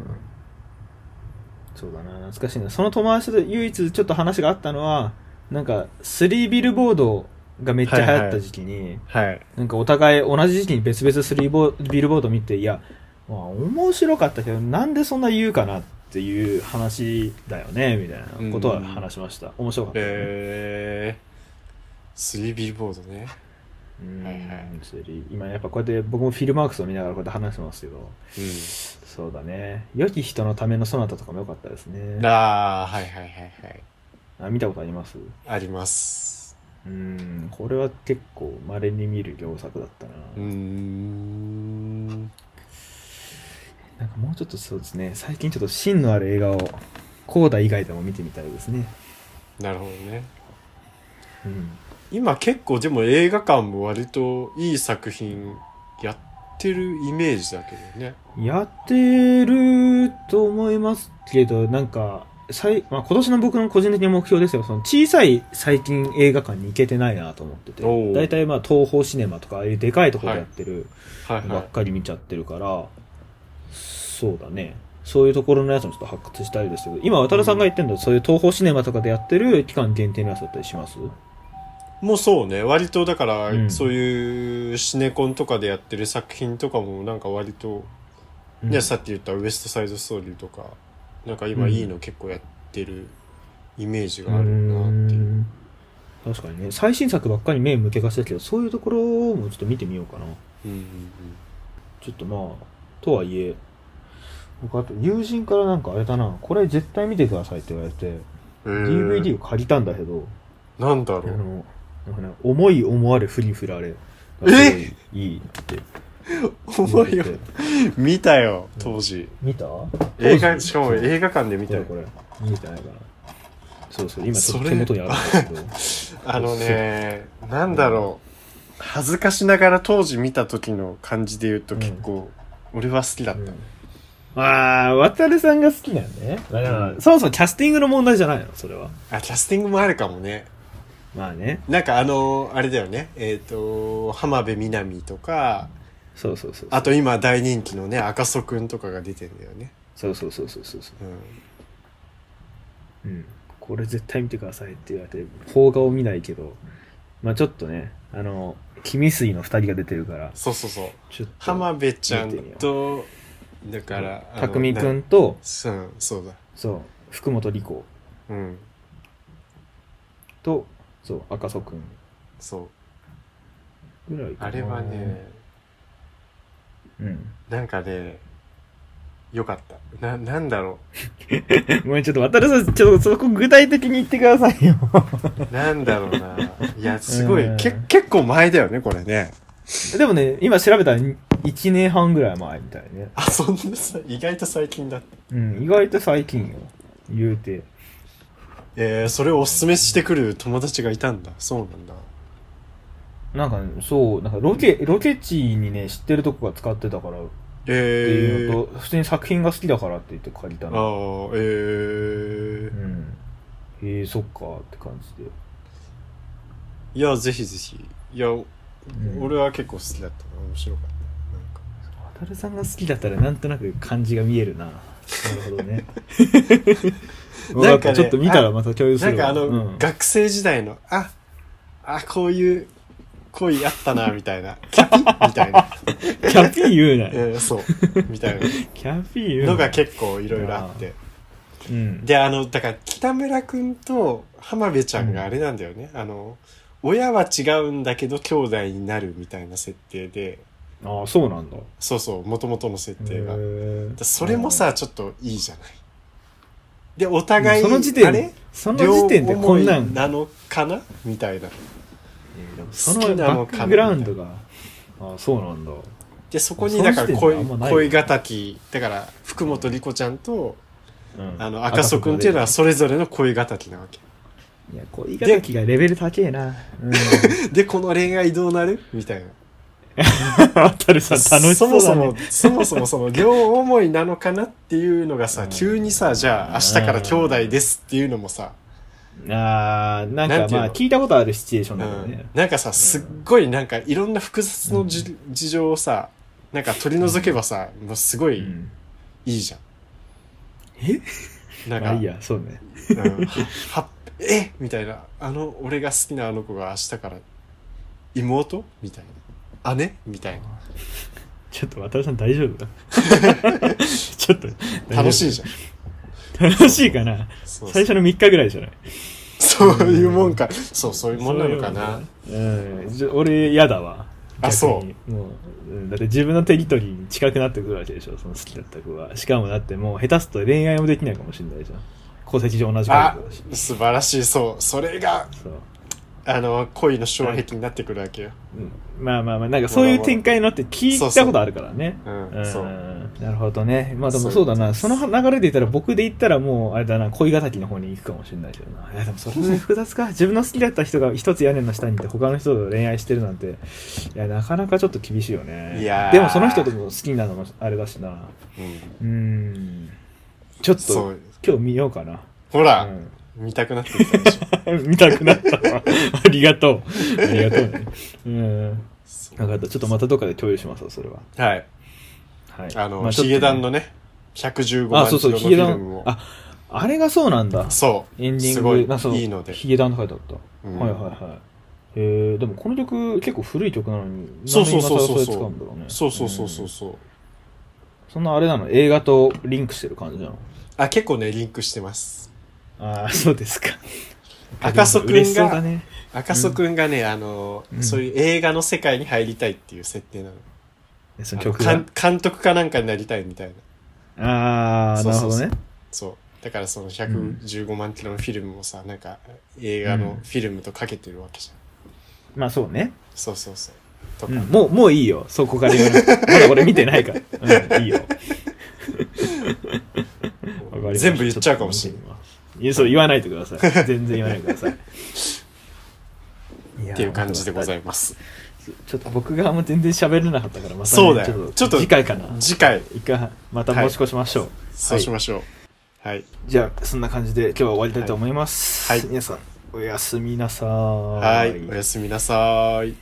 [SPEAKER 1] そうだな、懐かしいな。その友達と唯一ちょっと話があったのは、なんか、スリービルボードがめっちゃ流行った時期に、
[SPEAKER 2] はい。
[SPEAKER 1] なんかお互い同じ時期に別々スリーボビルボード見て、いや、まあ、面白かったけど、なんでそんな言うかなっていう話だよね、みたいなことは話しました。面白かった、ね。
[SPEAKER 2] えー。スリービルボードね。
[SPEAKER 1] うん
[SPEAKER 2] はいはい
[SPEAKER 1] スリー今やっぱこうやって僕もフィルマークスを見ながらこうやって話してますけど、
[SPEAKER 2] う
[SPEAKER 1] そうだね。良き人のためのそなたとかも良かったですね。
[SPEAKER 2] ああ、はいはいはいはい。
[SPEAKER 1] あ見たことあります
[SPEAKER 2] あります。
[SPEAKER 1] うん、これは結構稀に見る良作だったな。
[SPEAKER 2] うーん。
[SPEAKER 1] なんかもうちょっとそうですね、最近ちょっと芯のある映画を、コーダ以外でも見てみたいですね。
[SPEAKER 2] なるほどね。
[SPEAKER 1] うん。
[SPEAKER 2] 今結構でも映画館も割といい作品やってるイメージだけどね。
[SPEAKER 1] やってると思いますけど、なんか、最まあ、今年の僕の個人的な目標ですよ。その小さい最近映画館に行けてないなと思ってて
[SPEAKER 2] お。う
[SPEAKER 1] 大体まあ東宝シネマとかああいうでかいところでやってる
[SPEAKER 2] はい
[SPEAKER 1] ば
[SPEAKER 2] は
[SPEAKER 1] っかり見ちゃってるから、そうだね。そういうところのやつもちょっと発掘したいですけど、今渡るさんが言ってるのは、そういう東宝シネマとかでやってる期間限定のやつだったりします
[SPEAKER 2] い。もうそうね。割とだから、
[SPEAKER 1] うん
[SPEAKER 2] そういうシネコンとかでやってる作品とかもなんか割と、ね、さっき言ったウエストサイドストーリーとか、なんか今いいの結構やってるイメージがあるなっていう。
[SPEAKER 1] うーん確かにね最新作ばっかり目向けがちだけどそういうところもちょっと見てみようかな
[SPEAKER 2] うんうん
[SPEAKER 1] ちょっとまあとはいえ僕あと友人からなんかあれだなこれ絶対見てくださいって言われて
[SPEAKER 2] うんえー
[SPEAKER 1] DVD を借りたんだけど
[SPEAKER 2] なんだろ
[SPEAKER 1] あ
[SPEAKER 2] う。
[SPEAKER 1] のなんかね思い思われ振り振られがすごいいいって言わ
[SPEAKER 2] 思
[SPEAKER 1] れ
[SPEAKER 2] い
[SPEAKER 1] て
[SPEAKER 2] を見たよ、当時。
[SPEAKER 1] 見た
[SPEAKER 2] 映画、しかも
[SPEAKER 1] そう
[SPEAKER 2] 映画館で見
[SPEAKER 1] 見
[SPEAKER 2] た
[SPEAKER 1] た
[SPEAKER 2] よ。
[SPEAKER 1] これ見てないかなそうそう今ちょっ
[SPEAKER 2] そ
[SPEAKER 1] と
[SPEAKER 2] れ
[SPEAKER 1] 手元にあるんだ けど
[SPEAKER 2] あのね、なんだろう。恥ずかしながら当時見た時の感じで言うと
[SPEAKER 1] うん
[SPEAKER 2] 結構、俺は好きだった。
[SPEAKER 1] まあ、渡るさんが好きなんだね。まあでも
[SPEAKER 2] うん
[SPEAKER 1] そもそもキャスティングの問題じゃないの、それは。
[SPEAKER 2] あ、キャスティングもあるかもね。
[SPEAKER 1] まあね。
[SPEAKER 2] なんかあの、あれだよね。えっ、と、浜辺美波とか、
[SPEAKER 1] そうそうそうそう
[SPEAKER 2] あと今大人気のね赤楚くんとかが出てんだよね、
[SPEAKER 1] そうそうそうそうそうそう
[SPEAKER 2] う
[SPEAKER 1] う
[SPEAKER 2] ん、
[SPEAKER 1] ん、これ絶対見てくださいって言われて邦画を見ないけどまあちょっとねあの君水の2人が出てるから
[SPEAKER 2] そうそうそう
[SPEAKER 1] ちょっと
[SPEAKER 2] 浜辺ちゃん
[SPEAKER 1] 見てみよ
[SPEAKER 2] とだからあの
[SPEAKER 1] 匠く
[SPEAKER 2] なん
[SPEAKER 1] と
[SPEAKER 2] そうそうだ
[SPEAKER 1] そう福本莉子
[SPEAKER 2] うん
[SPEAKER 1] とそう赤楚くん
[SPEAKER 2] そう
[SPEAKER 1] ぐらいかな
[SPEAKER 2] あれはね
[SPEAKER 1] うん
[SPEAKER 2] なんかねよかったななんだろ
[SPEAKER 1] ごめんちょっと渡るさんちょっとそこ具体的に言ってくださ いよ
[SPEAKER 2] うなんだろう ないやすご
[SPEAKER 1] うん
[SPEAKER 2] いけ結構前だよねこれね
[SPEAKER 1] でもね今調べたら1年半ぐらい前みたいね
[SPEAKER 2] あそんなさ意外と最近だった
[SPEAKER 1] うん意外と最近よ言うて
[SPEAKER 2] えー、それをおすすめしてくる友達がいたんだそうなんだ
[SPEAKER 1] なんか、ね、そうなんかロケロケ地にね知ってるとこが使ってたから
[SPEAKER 2] え
[SPEAKER 1] っていう
[SPEAKER 2] ー、
[SPEAKER 1] のと、普通に作品が好きだからって言って借りた
[SPEAKER 2] あ
[SPEAKER 1] の。
[SPEAKER 2] あえー
[SPEAKER 1] うん。へえそっかって感じで。
[SPEAKER 2] いやぜひぜひいや、
[SPEAKER 1] ん
[SPEAKER 2] 俺は結構好きだったな面白かったなんか
[SPEAKER 1] 渡るさんが好きだったらなんとなく感じが見えるな。なるほど ね。
[SPEAKER 2] な
[SPEAKER 1] なん
[SPEAKER 2] ん
[SPEAKER 1] か
[SPEAKER 2] かね
[SPEAKER 1] ちょっと見たらまた共有す
[SPEAKER 2] な
[SPEAKER 1] る
[SPEAKER 2] んか
[SPEAKER 1] わ
[SPEAKER 2] あの、
[SPEAKER 1] うん
[SPEAKER 2] 学生時代の、あ、あ、こういう恋あったな、みたいな。キャピみたいな。
[SPEAKER 1] キャピー言うなよ。
[SPEAKER 2] えーそう。みたいな
[SPEAKER 1] キャピー言うな
[SPEAKER 2] のが結構いろいろあって。
[SPEAKER 1] うん。
[SPEAKER 2] で、あの、だから北村くんと浜辺ちゃんがあれなんだよね。あの、親は違うんだけど兄弟になるみたいな設定で、
[SPEAKER 1] ああ、そうなんだ。
[SPEAKER 2] そうそう、元々の設定が。
[SPEAKER 1] へえ
[SPEAKER 2] だそれもさ、ちょっといいじゃない。で、お互い、
[SPEAKER 1] その時点
[SPEAKER 2] あれ
[SPEAKER 1] その時点で
[SPEAKER 2] 両
[SPEAKER 1] こ
[SPEAKER 2] 思
[SPEAKER 1] ん
[SPEAKER 2] い
[SPEAKER 1] なん。
[SPEAKER 2] なのかなみたいな。
[SPEAKER 1] えーでもそ
[SPEAKER 2] 好
[SPEAKER 1] の
[SPEAKER 2] きな
[SPEAKER 1] バ
[SPEAKER 2] の
[SPEAKER 1] ッ
[SPEAKER 2] かな
[SPEAKER 1] クグラウンドが。ああ、そうなんだ。
[SPEAKER 2] でそこ
[SPEAKER 1] そ
[SPEAKER 2] に
[SPEAKER 1] の
[SPEAKER 2] だから
[SPEAKER 1] 時点であ
[SPEAKER 2] 恋
[SPEAKER 1] んまないよね
[SPEAKER 2] 恋敵だから福本莉子ちゃんと
[SPEAKER 1] うん
[SPEAKER 2] あの赤楚くんっていうのはそれぞれの恋敵なわけ
[SPEAKER 1] いや、恋敵がレベル高えな。うん。
[SPEAKER 2] でこの恋愛どうなるみたいな
[SPEAKER 1] 渡るさん楽しそ
[SPEAKER 2] そ
[SPEAKER 1] うだ、
[SPEAKER 2] も
[SPEAKER 1] ね、
[SPEAKER 2] そもそもそ もその両思いなのかなっていうのが
[SPEAKER 1] う
[SPEAKER 2] さ
[SPEAKER 1] ん
[SPEAKER 2] 急にさじゃあ明日から兄弟ですっていうのもさ
[SPEAKER 1] あーなん
[SPEAKER 2] なん
[SPEAKER 1] か
[SPEAKER 2] てい
[SPEAKER 1] ま
[SPEAKER 2] うの
[SPEAKER 1] あ聞いたことあるシチュエーショ
[SPEAKER 2] う
[SPEAKER 1] ンだよね
[SPEAKER 2] ん、なんかさすっごいなんかいろんな複雑のじ事情をさなんか取り除けばさもうすご
[SPEAKER 1] う
[SPEAKER 2] い
[SPEAKER 1] ん
[SPEAKER 2] いいじゃん
[SPEAKER 1] え
[SPEAKER 2] なん
[SPEAKER 1] ま
[SPEAKER 2] か
[SPEAKER 1] あいいやそうね
[SPEAKER 2] うんははえみたいなあの俺が好きなあの子が明日から妹みたいな姉みたいな
[SPEAKER 1] ちょっと渡さん大丈夫 だちょっと
[SPEAKER 2] 楽しいじ
[SPEAKER 1] ゃ
[SPEAKER 2] ゃん
[SPEAKER 1] ん楽しいかな
[SPEAKER 2] そう
[SPEAKER 1] 最初の3日ぐらいじゃない
[SPEAKER 2] そういうもんかそうそういうもんなのかな
[SPEAKER 1] そういうのうんじゃ俺嫌だわ
[SPEAKER 2] あそう
[SPEAKER 1] うもう、うん、だって自分のテリトリーに近くなってくるわけでしょその好きだった子はしかもだってもう下手すと恋愛もできないかもしれないじゃん戸籍上同じ家
[SPEAKER 2] あ
[SPEAKER 1] 族だし
[SPEAKER 2] 素晴らしいそうそれが
[SPEAKER 1] そう
[SPEAKER 2] あの恋の障壁になってくるわけよ、
[SPEAKER 1] うんまあまあまあ、なんかそういう展開のって聞いたことあるからね。
[SPEAKER 2] うん
[SPEAKER 1] ん
[SPEAKER 2] そう
[SPEAKER 1] なるほどね。まあでも
[SPEAKER 2] そ
[SPEAKER 1] そううだな。
[SPEAKER 2] そ
[SPEAKER 1] そうの流れで言ったら僕で言ったらもう、あれだな、恋敵の方に行くかもしれないけどな。いやでもそれも複雑か。自分の好きだった人が一つ屋根の下にいて他の人と恋愛してるなんて、いや、なかなかちょっと厳しいよね。
[SPEAKER 2] いやー
[SPEAKER 1] でもその人とも好きなのもあれだしな。
[SPEAKER 2] うん
[SPEAKER 1] うーん。ちょっ
[SPEAKER 2] そ
[SPEAKER 1] と
[SPEAKER 2] う
[SPEAKER 1] 今日見ようかな。
[SPEAKER 2] ほら、
[SPEAKER 1] うん
[SPEAKER 2] 見たくなってきたでしょ
[SPEAKER 1] 見たくなったわ。ありがとう。ありがとうね。うん。
[SPEAKER 2] そう
[SPEAKER 1] 分かった。ちょっとまたどっかで共有しますわ、それは。
[SPEAKER 2] はい
[SPEAKER 1] はい。
[SPEAKER 2] あの、
[SPEAKER 1] まちょっと
[SPEAKER 2] ヒゲダンのね115
[SPEAKER 1] あ、
[SPEAKER 2] 万キ
[SPEAKER 1] そう
[SPEAKER 2] ロ
[SPEAKER 1] そう、ヒ
[SPEAKER 2] のフ
[SPEAKER 1] ゲダ
[SPEAKER 2] ィルム
[SPEAKER 1] ン
[SPEAKER 2] を。
[SPEAKER 1] あ、あれがそうなんだ。
[SPEAKER 2] そう
[SPEAKER 1] エンディング
[SPEAKER 2] すごい
[SPEAKER 1] なそう
[SPEAKER 2] いいので、
[SPEAKER 1] ヒゲダンの書いてあった。
[SPEAKER 2] うん
[SPEAKER 1] はいはいはい。えー、でもこの曲結構古い曲なのに、
[SPEAKER 2] そうそうそう
[SPEAKER 1] な
[SPEAKER 2] そう
[SPEAKER 1] んで今更れ使うんだろうね。
[SPEAKER 2] そうそうそうそうんそう、
[SPEAKER 1] そんなあれなの映画とリンクしてる感じなの
[SPEAKER 2] あ結構ねリンクしてます
[SPEAKER 1] ああ、そうですか。
[SPEAKER 2] 赤楚くんが
[SPEAKER 1] 嬉しそうだね。
[SPEAKER 2] 赤楚くんがね、あの、
[SPEAKER 1] うん
[SPEAKER 2] そういう映画の世界に入りたいっていう設定なの。
[SPEAKER 1] その
[SPEAKER 2] あの
[SPEAKER 1] 曲
[SPEAKER 2] か
[SPEAKER 1] が
[SPEAKER 2] ん。監督かなんかになりたいみたいな。
[SPEAKER 1] ああ、
[SPEAKER 2] そう
[SPEAKER 1] なる
[SPEAKER 2] そ
[SPEAKER 1] ほ
[SPEAKER 2] うそう
[SPEAKER 1] どね。
[SPEAKER 2] そう。だからその115万キロのフィルムをさ、なんか映画の
[SPEAKER 1] うん
[SPEAKER 2] フィルムとかけてるわけじゃん。
[SPEAKER 1] まあそうね。
[SPEAKER 2] そうそうそう。と
[SPEAKER 1] う
[SPEAKER 2] か。
[SPEAKER 1] ん、もう、もういいよ。そこから言わなくて。まだ俺見てないから。うん、いいよ。わかりました
[SPEAKER 2] 全部言っちゃうかもしれない。
[SPEAKER 1] いや、そう言わないでくだ さい。全然言わないでください。
[SPEAKER 2] っていう感じでござ
[SPEAKER 1] い
[SPEAKER 2] います。
[SPEAKER 1] ます。ちょっと僕がもう全然喋れなかったから、またね、
[SPEAKER 2] そうだよち
[SPEAKER 1] ちょ
[SPEAKER 2] ょ
[SPEAKER 1] っ
[SPEAKER 2] っと
[SPEAKER 1] と次回かな。
[SPEAKER 2] 次回、
[SPEAKER 1] 一回、また申し越しましょう。はい
[SPEAKER 2] そうしましょう。はい。
[SPEAKER 1] じゃあ、そんな感じで今日は終わりたいと思います。
[SPEAKER 2] はいはい
[SPEAKER 1] 皆さん、おやすみなさー
[SPEAKER 2] はい。おやすみなさーい。